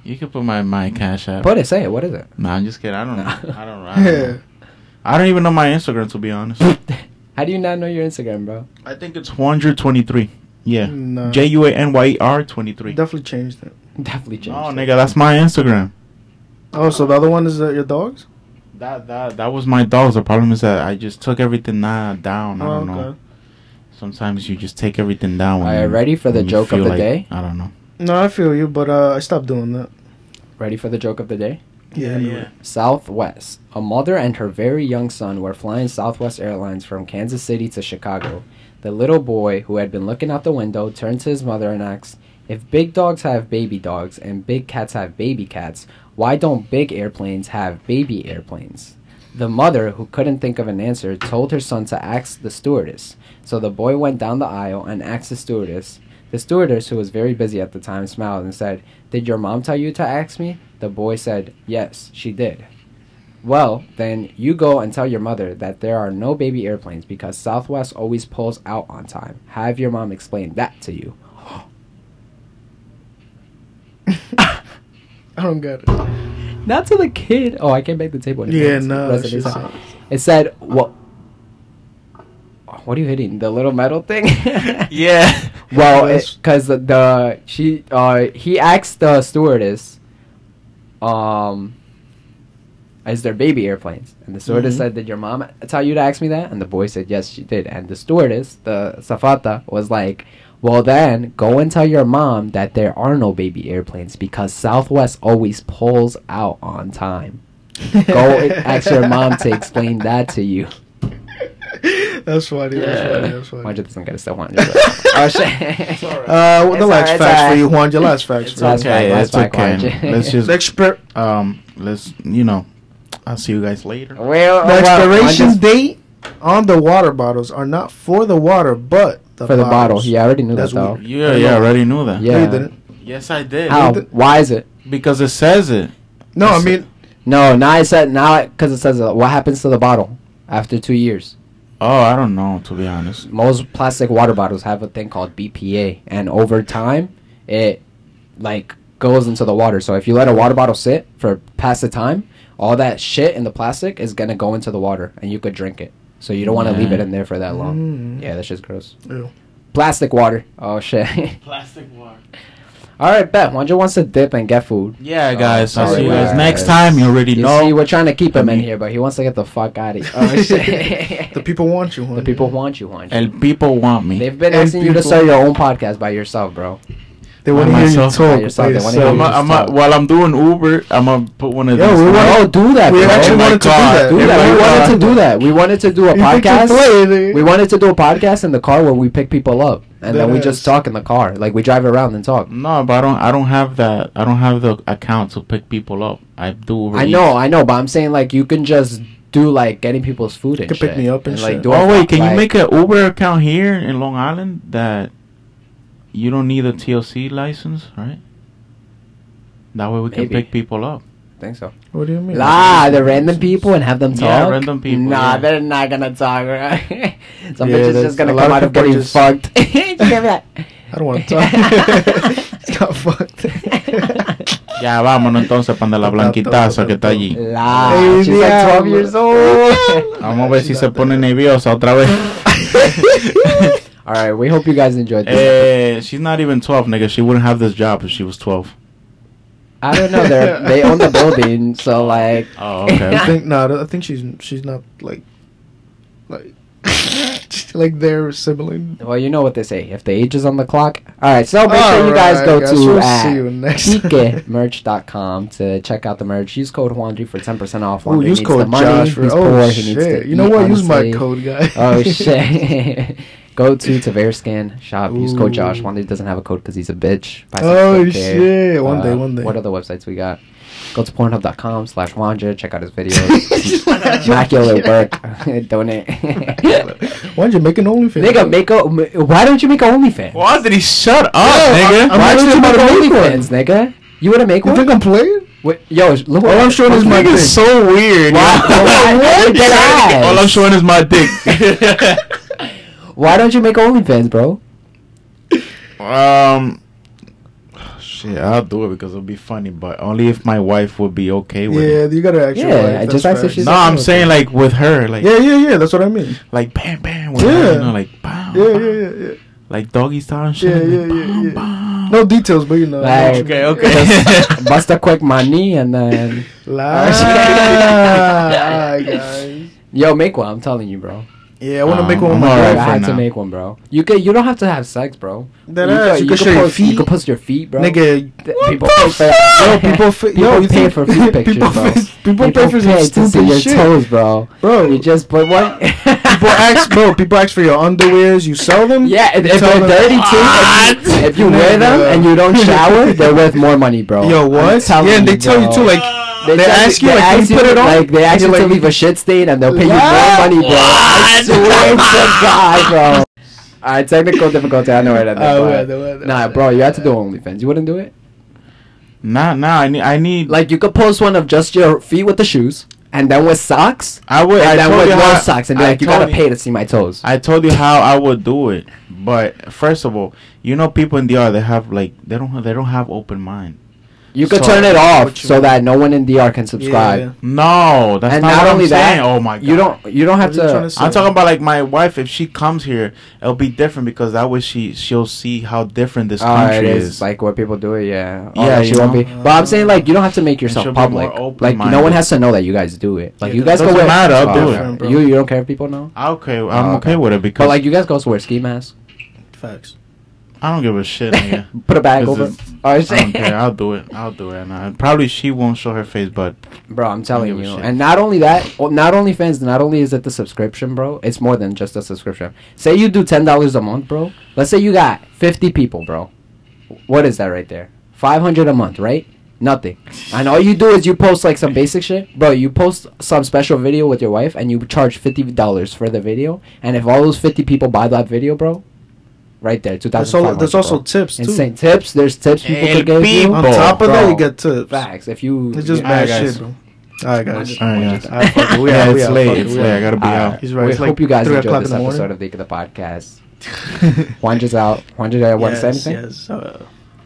C: You can put my my cash app.
B: Put it. Say it. What is it?
C: No, I'm just kidding. I don't know.
B: Nah.
C: I don't know. I don't,
A: Yeah.
C: know. I don't even know my Instagram to be honest.
B: How do you not know your Instagram, bro?
C: I think it's 123.
A: Nah.
C: Yeah. J U A N Y E R 23.
A: Definitely changed it.
B: Definitely changed.
C: No,
B: it.
C: nigga, that's my Instagram.
A: Oh, so the other one is uh, your dogs?
C: That that that was my dogs. The problem is that I just took everything nah, down. I
A: Oh,
C: don't know. Sometimes you just take everything down.
B: Alright,
C: you-
B: ready for the
C: when you
B: joke of
C: feel
B: the day?
C: I don't know.
A: No, I feel you, but uh, I stopped doing that.
B: Ready for the joke of the day?
A: Yeah, yeah.
B: Southwest. A mother and her very young son were flying Southwest Airlines from Kansas City to Chicago. The little boy, who had been looking out the window, turned to his mother and asked, If big dogs have baby dogs and big cats have baby cats, why don't big airplanes have baby airplanes? The mother, who couldn't think of an answer, told her son to ask the stewardess. So the boy went down the aisle and asked the stewardess. The stewardess, who was very busy at the time, smiled and said, Did your mom tell you to ask me? The boy said, Yes, she did. Well, then you go and tell your mother that there are no baby airplanes because Southwest always pulls out on time. Have your mom explain that to you.
A: I don't get it.
B: Not to the kid. Oh, I can't make the table. anymore.
A: Yeah,
B: It's-
A: no.
B: that's-
A: she's-
B: It said, What? Oh What are you hitting? The little metal thing?
C: yeah.
B: Well,
A: Yes.
B: because the, the she uh he asked the stewardess, um, is there baby airplanes? And the stewardess
C: Mhm.
B: said, "Did your mom tell you to ask me that?" And the boy said, "Yes, she did." And the stewardess, the safata, was like, "Well, then go and tell your mom that there are no baby airplanes because Southwest always pulls out on time. Go and ask your mom to explain that to you."
A: That's funny. That's funny. That's funny.
B: Juan doesn't get a step on. Oh shit.
A: Uh, well,
B: It's
A: the last
B: alright, it's
A: facts for
B: alright.
A: you, Juan. Your last facts for
B: That's
A: you.
B: fine,
C: okay,
B: that's
C: that's
B: fine,
C: okay.
B: Juan.
C: Let's just
A: The expir-
C: um, let's you know, I'll see you guys later.
B: Well,
A: the expiration date on the water bottles are not for the water, but the
B: for the bottle.
A: bottles.
B: Yeah, I already knew
A: That's
B: that though.
A: weird.
C: Yeah, yeah, I already knew that.
B: Yeah.
A: No, you didn't.
C: Yes, I did.
B: How?
A: did-
B: Why is it?
C: Because it says it.
A: No, I
C: That's-
A: mean,
B: No, now it said now because it says uh, what happens to the bottle after two years.
C: Oh, I don't know to be honest.
B: Most plastic water bottles have a thing called BPA, and over time, it like goes into the water. So if you let a water bottle sit for past the time, all that shit in the plastic is gonna go into the water, and you could drink it. So you don't want to leave it in there for that long.
A: Mm.
B: Yeah, that's just gross.
A: Ew.
B: Plastic water. Oh shit.
C: Plastic water.
B: All right, bet. Juanjo wants to dip and get food.
C: Yeah,
B: So,
C: guys. I'll
B: Oh, sorry,
C: see you guys
B: guys.
C: next time. You already
B: You
C: know.
B: see, we're trying to keep him in
C: mean-
B: here, but he wants to get the fuck out of here. Oh, shit.
A: the people want you, Juan.
B: The people want you, Juanjo.
C: El people want me.
B: They've been
A: and
B: asking you to
A: people-
B: start your own podcast by yourself, bro.
A: They want to hear you
C: myself,
A: talk.
B: yourself, they wanna
A: by
B: hear
C: I'm
B: you
C: a,
A: yourself.
B: just
C: I'm a,
B: talk.
C: while I'm doing Uber, I'm gonna put one of
A: Yo,
C: these.
A: we
C: things.
A: wanna-
B: Oh, do that,
A: We
B: bro.
A: actually
C: Oh my
A: wanted to
C: God.
A: do that.
B: do
C: If
B: that.
C: we
B: We wanted to
C: want-
B: do that. We wanted to do a
A: You think eh? you play,
B: podcast.
A: nigga?
B: We wanted to do a podcast in the car where we pick people up and then we
A: That
B: just
A: is-
B: talk in the car, like we drive around and talk.
C: No, but I don't. I don't have that. I don't have the account to pick people up. I do. Uber
B: I
C: Eats.
B: know, I know, but I'm saying like you can just do like getting people's food and
A: can pick
B: shit,
A: me up and shit.
B: do
C: oh
B: a-
C: wait, can
B: like-
C: you make an Uber account here in Long Island that you don't need a TLC license, right? That way we can
B: Maybe.
C: pick people up.
B: I think so.
A: What do you mean?
B: Ah, the random people and have them talk.
C: Yeah, random people,
B: Nah,
C: yeah.
B: they're not gonna talk. Right? Some
A: Yeah,
B: bitch is
A: that's-
B: just gonna
A: a lot
B: come
A: of
B: out of
A: people
B: getting
A: just-
B: fucked. Just give me that.
A: I don't want to talk. It's got fucked.
C: Ya vámonos entonces para la blanquitaza que está allí.
B: La,
A: Ey,
B: she's like
A: diablo.
B: 12 years old.
C: Vamos a ver si se pone nerviosa otra vez.
B: All right, we hope you guys enjoyed this.
C: eh, she's not even 12, nigga. She wouldn't have this job if she was 12.
B: I don't know. They they own the building, so like.
C: Oh, okay.
A: Eh, I think no. I think she's she's not like like she's like their sibling.
B: Well, you know what they say. If the age is on the clock. All right, so make sure you
A: All
B: guys
A: right,
B: go
A: guys,
B: to
A: we'll
B: at
A: see you next time.
B: PikeMerch.com to check out the merch. Use code Juanji for ten percent off.
A: Oh,
B: Juanji
A: use
B: needs
A: code
B: the money.
A: Josh for
B: He's poor.
A: oh
B: He needs to
A: shit. You know
B: eat,
A: what? Use my
B: honestly.
A: code, guy.
B: Oh shit! go to Taverscan shop. Use code Josh.
A: Ooh.
B: Juanji doesn't have a code because he's a bitch. Buy some
A: Oh,
B: shit there.
A: shit. One day, one day.
B: What other websites we got? Go to Pornhub.com slash Juanja. Check out his videos. Immaculate work. Donate.
A: Why'd you make an OnlyFans?
B: Nigga, make a. m- Why don't you make a OnlyFans?
C: Why did he shut up,
A: I-
C: nigga?
A: I'm
B: Why don't
A: actually
B: you make
A: about
B: a
A: to make one.
B: OnlyFans, nigga? You wanna make
A: You
B: one?
A: think I'm playing?
B: Wait, yo, look what
A: All I'm showing is
C: This
A: my
C: nigga's
A: dick.
C: so weird.
B: Why-
C: yo.
B: why- why-
C: He's like, All I'm showing is my dick.
B: Why don't you make OnlyFans, bro?
C: um, shit, I'll do it because it'll be funny, but only if my wife would be okay with
A: Yeah,
C: it.
A: you gotta ask your
B: Yeah,
A: wife,
B: I just
A: that's
B: asked if
A: fact.
B: she's
C: No, I'm saying like with her, like
A: Yeah, yeah, yeah. That's what I mean.
C: like bam, bam, with
A: Yeah.
C: her, you know, like bam,
A: Yeah,
C: bam,
A: yeah, yeah, yeah.
C: like doggy style and shit.
A: Yeah,
C: like,
A: yeah, yeah,
C: bam,
A: yeah.
C: bam.
A: No details, but you know.
B: Like,
C: Okay, okay.
B: Just bust a quick money and then
A: Lies.
B: Ah, shit.
A: guys.
B: yo, make one. I'm telling you, bro.
A: Yeah, I want to
C: Um,
A: make one with
C: I'm
A: my
B: Bro,
C: alright
B: I
C: for
A: girl.
B: had to
C: now.
B: make one, bro. You can. You don't have to have sex, bro.
A: That
B: you
A: ass, you can show your
B: post, You
A: feet.
B: can post your feet, bro.
A: Nigga,
B: Th- people pay for
A: yo, people, fi- yo, you
B: pay
A: think-
B: for feet pictures,
A: people,
B: bro.
A: fi- people, pay for some
B: pay to see
A: stupid
B: your
A: shit,
B: toes, bro.
A: bro.
B: You just put one.
A: people ask, bro. People ask for your underwears. You sell them.
B: Yeah, if,
A: You
B: if
A: tell them-
B: they're dirty too, if,
C: What?
B: you- if you wear them
A: Nigga.
B: and you don't shower, they're worth more money, bro.
A: Yo,
B: I'm
A: what?
B: telling
A: Yeah, and they tell you
B: bro.
A: too, like they,
B: tell
A: ask you,
B: they
A: like, can
B: ask
A: you put it on?
B: Like, they
A: And
B: ask you
A: you're
B: to
A: like,
B: leave a shit stain and they'll pay
A: What?
B: you more money, bro. I
C: What?
B: swear to God, bro. Alright, technical difficulty, I know it. at that
A: Oh, well,
B: point.
A: well, well,
B: Nah,
A: well.
B: bro, you have to do OnlyFans. You wouldn't do it?
C: Nah, nah. I need, I need. Like,
B: Like, you could post one of just your feet with the shoes, and then with socks,
C: I would. I
B: and then
C: told
B: with
C: you
B: no
C: how-
B: socks, and be
C: I
B: like, you
C: told
B: gotta
C: you-
B: pay to see my toes.
C: I told you how I would do it, but first of all, you know, people in DR they have like they don't have, they don't have open mind.
B: You could
A: So,
B: turn it off
A: what you
B: so
A: mean.
B: that no one in DR can subscribe.
A: Yeah.
C: No, that's
B: And
C: not,
B: not
C: what
B: only
C: I'm
B: that,
C: saying. Oh my god.
B: You don't. You don't have
A: What are you trying
B: to.
A: to say?
C: I'm talking about like my wife. If she comes here, it'll be different because that way she she'll see how different this
B: Oh, it
C: country
B: is.
C: is.
B: like what people do. Yeah, oh,
C: Yeah,
B: yeah. She
C: you
B: won't
C: know?
B: be. But I'm saying like you don't have to make yourself
C: she'll be
B: public.
C: more
B: Like no one
C: open-minded.
B: has to know that you guys do it. Like
A: Yeah,
B: you
A: it
B: guys go
C: doesn't
B: wear. Oh,
C: matter, I'll do
A: it. Different, bro.
B: You you don't care if people know.
C: Ah, okay, I'm
B: Oh,
C: okay.
B: okay.
C: with it because
B: But like you guys go to wear ski masks.
A: Facts.
C: I don't give a shit. Nigga.
B: Put a bag
C: This
B: over.
C: is-
B: Oh, I
C: I don't care. I'll do it. I'll do it. And I, probably she won't show her face, but
B: bro, I'm
C: give
B: telling
C: a
B: you.
C: shit.
B: And not only that, well, not only fans. Not only is it the subscription, bro. It's more than just a subscription. Say you do ten dollars a month, bro. Let's say you got fifty people, bro. What is that right there? Five hundred a month, right? Nothing. And all you do is you post like some basic shit, bro. You post some special video with your wife, and you charge fifty dollars for the video. And if all those fifty people buy that video, bro, right there, two
A: There's,
B: thousand.
A: all, there's also tips too.
B: insane tips. There's tips people
C: El
B: could give you.
C: people.
A: On top of that,
B: Bro.
A: you get tips.
B: Facts. If you
A: It's just
C: Yeah.
A: bad
C: Alright, guys.
A: shit, bro. All right, guys.
C: Alright,
B: Oh,
C: guys.
A: Alright, fuck it, we
C: yeah,
A: out, we
C: it's
A: out, fuck
C: late.
A: it,
C: It's
A: we
C: late.
A: out.
C: I gotta be out.
A: He's right,
B: We
A: it's
B: hope
A: like
B: you guys
A: three
B: enjoyed
A: o'clock
B: this
A: in the
B: episode
A: morning.
B: of Think of the Podcast. Juanja's out. Juanja, want to say
A: yes,
B: anything?
A: yes. Uh,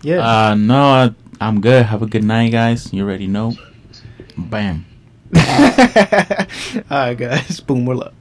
A: yeah.
C: Uh, no, I, I'm good. Have a good night, guys. You already know. Bam.
A: All right, guys. Boom, we're up.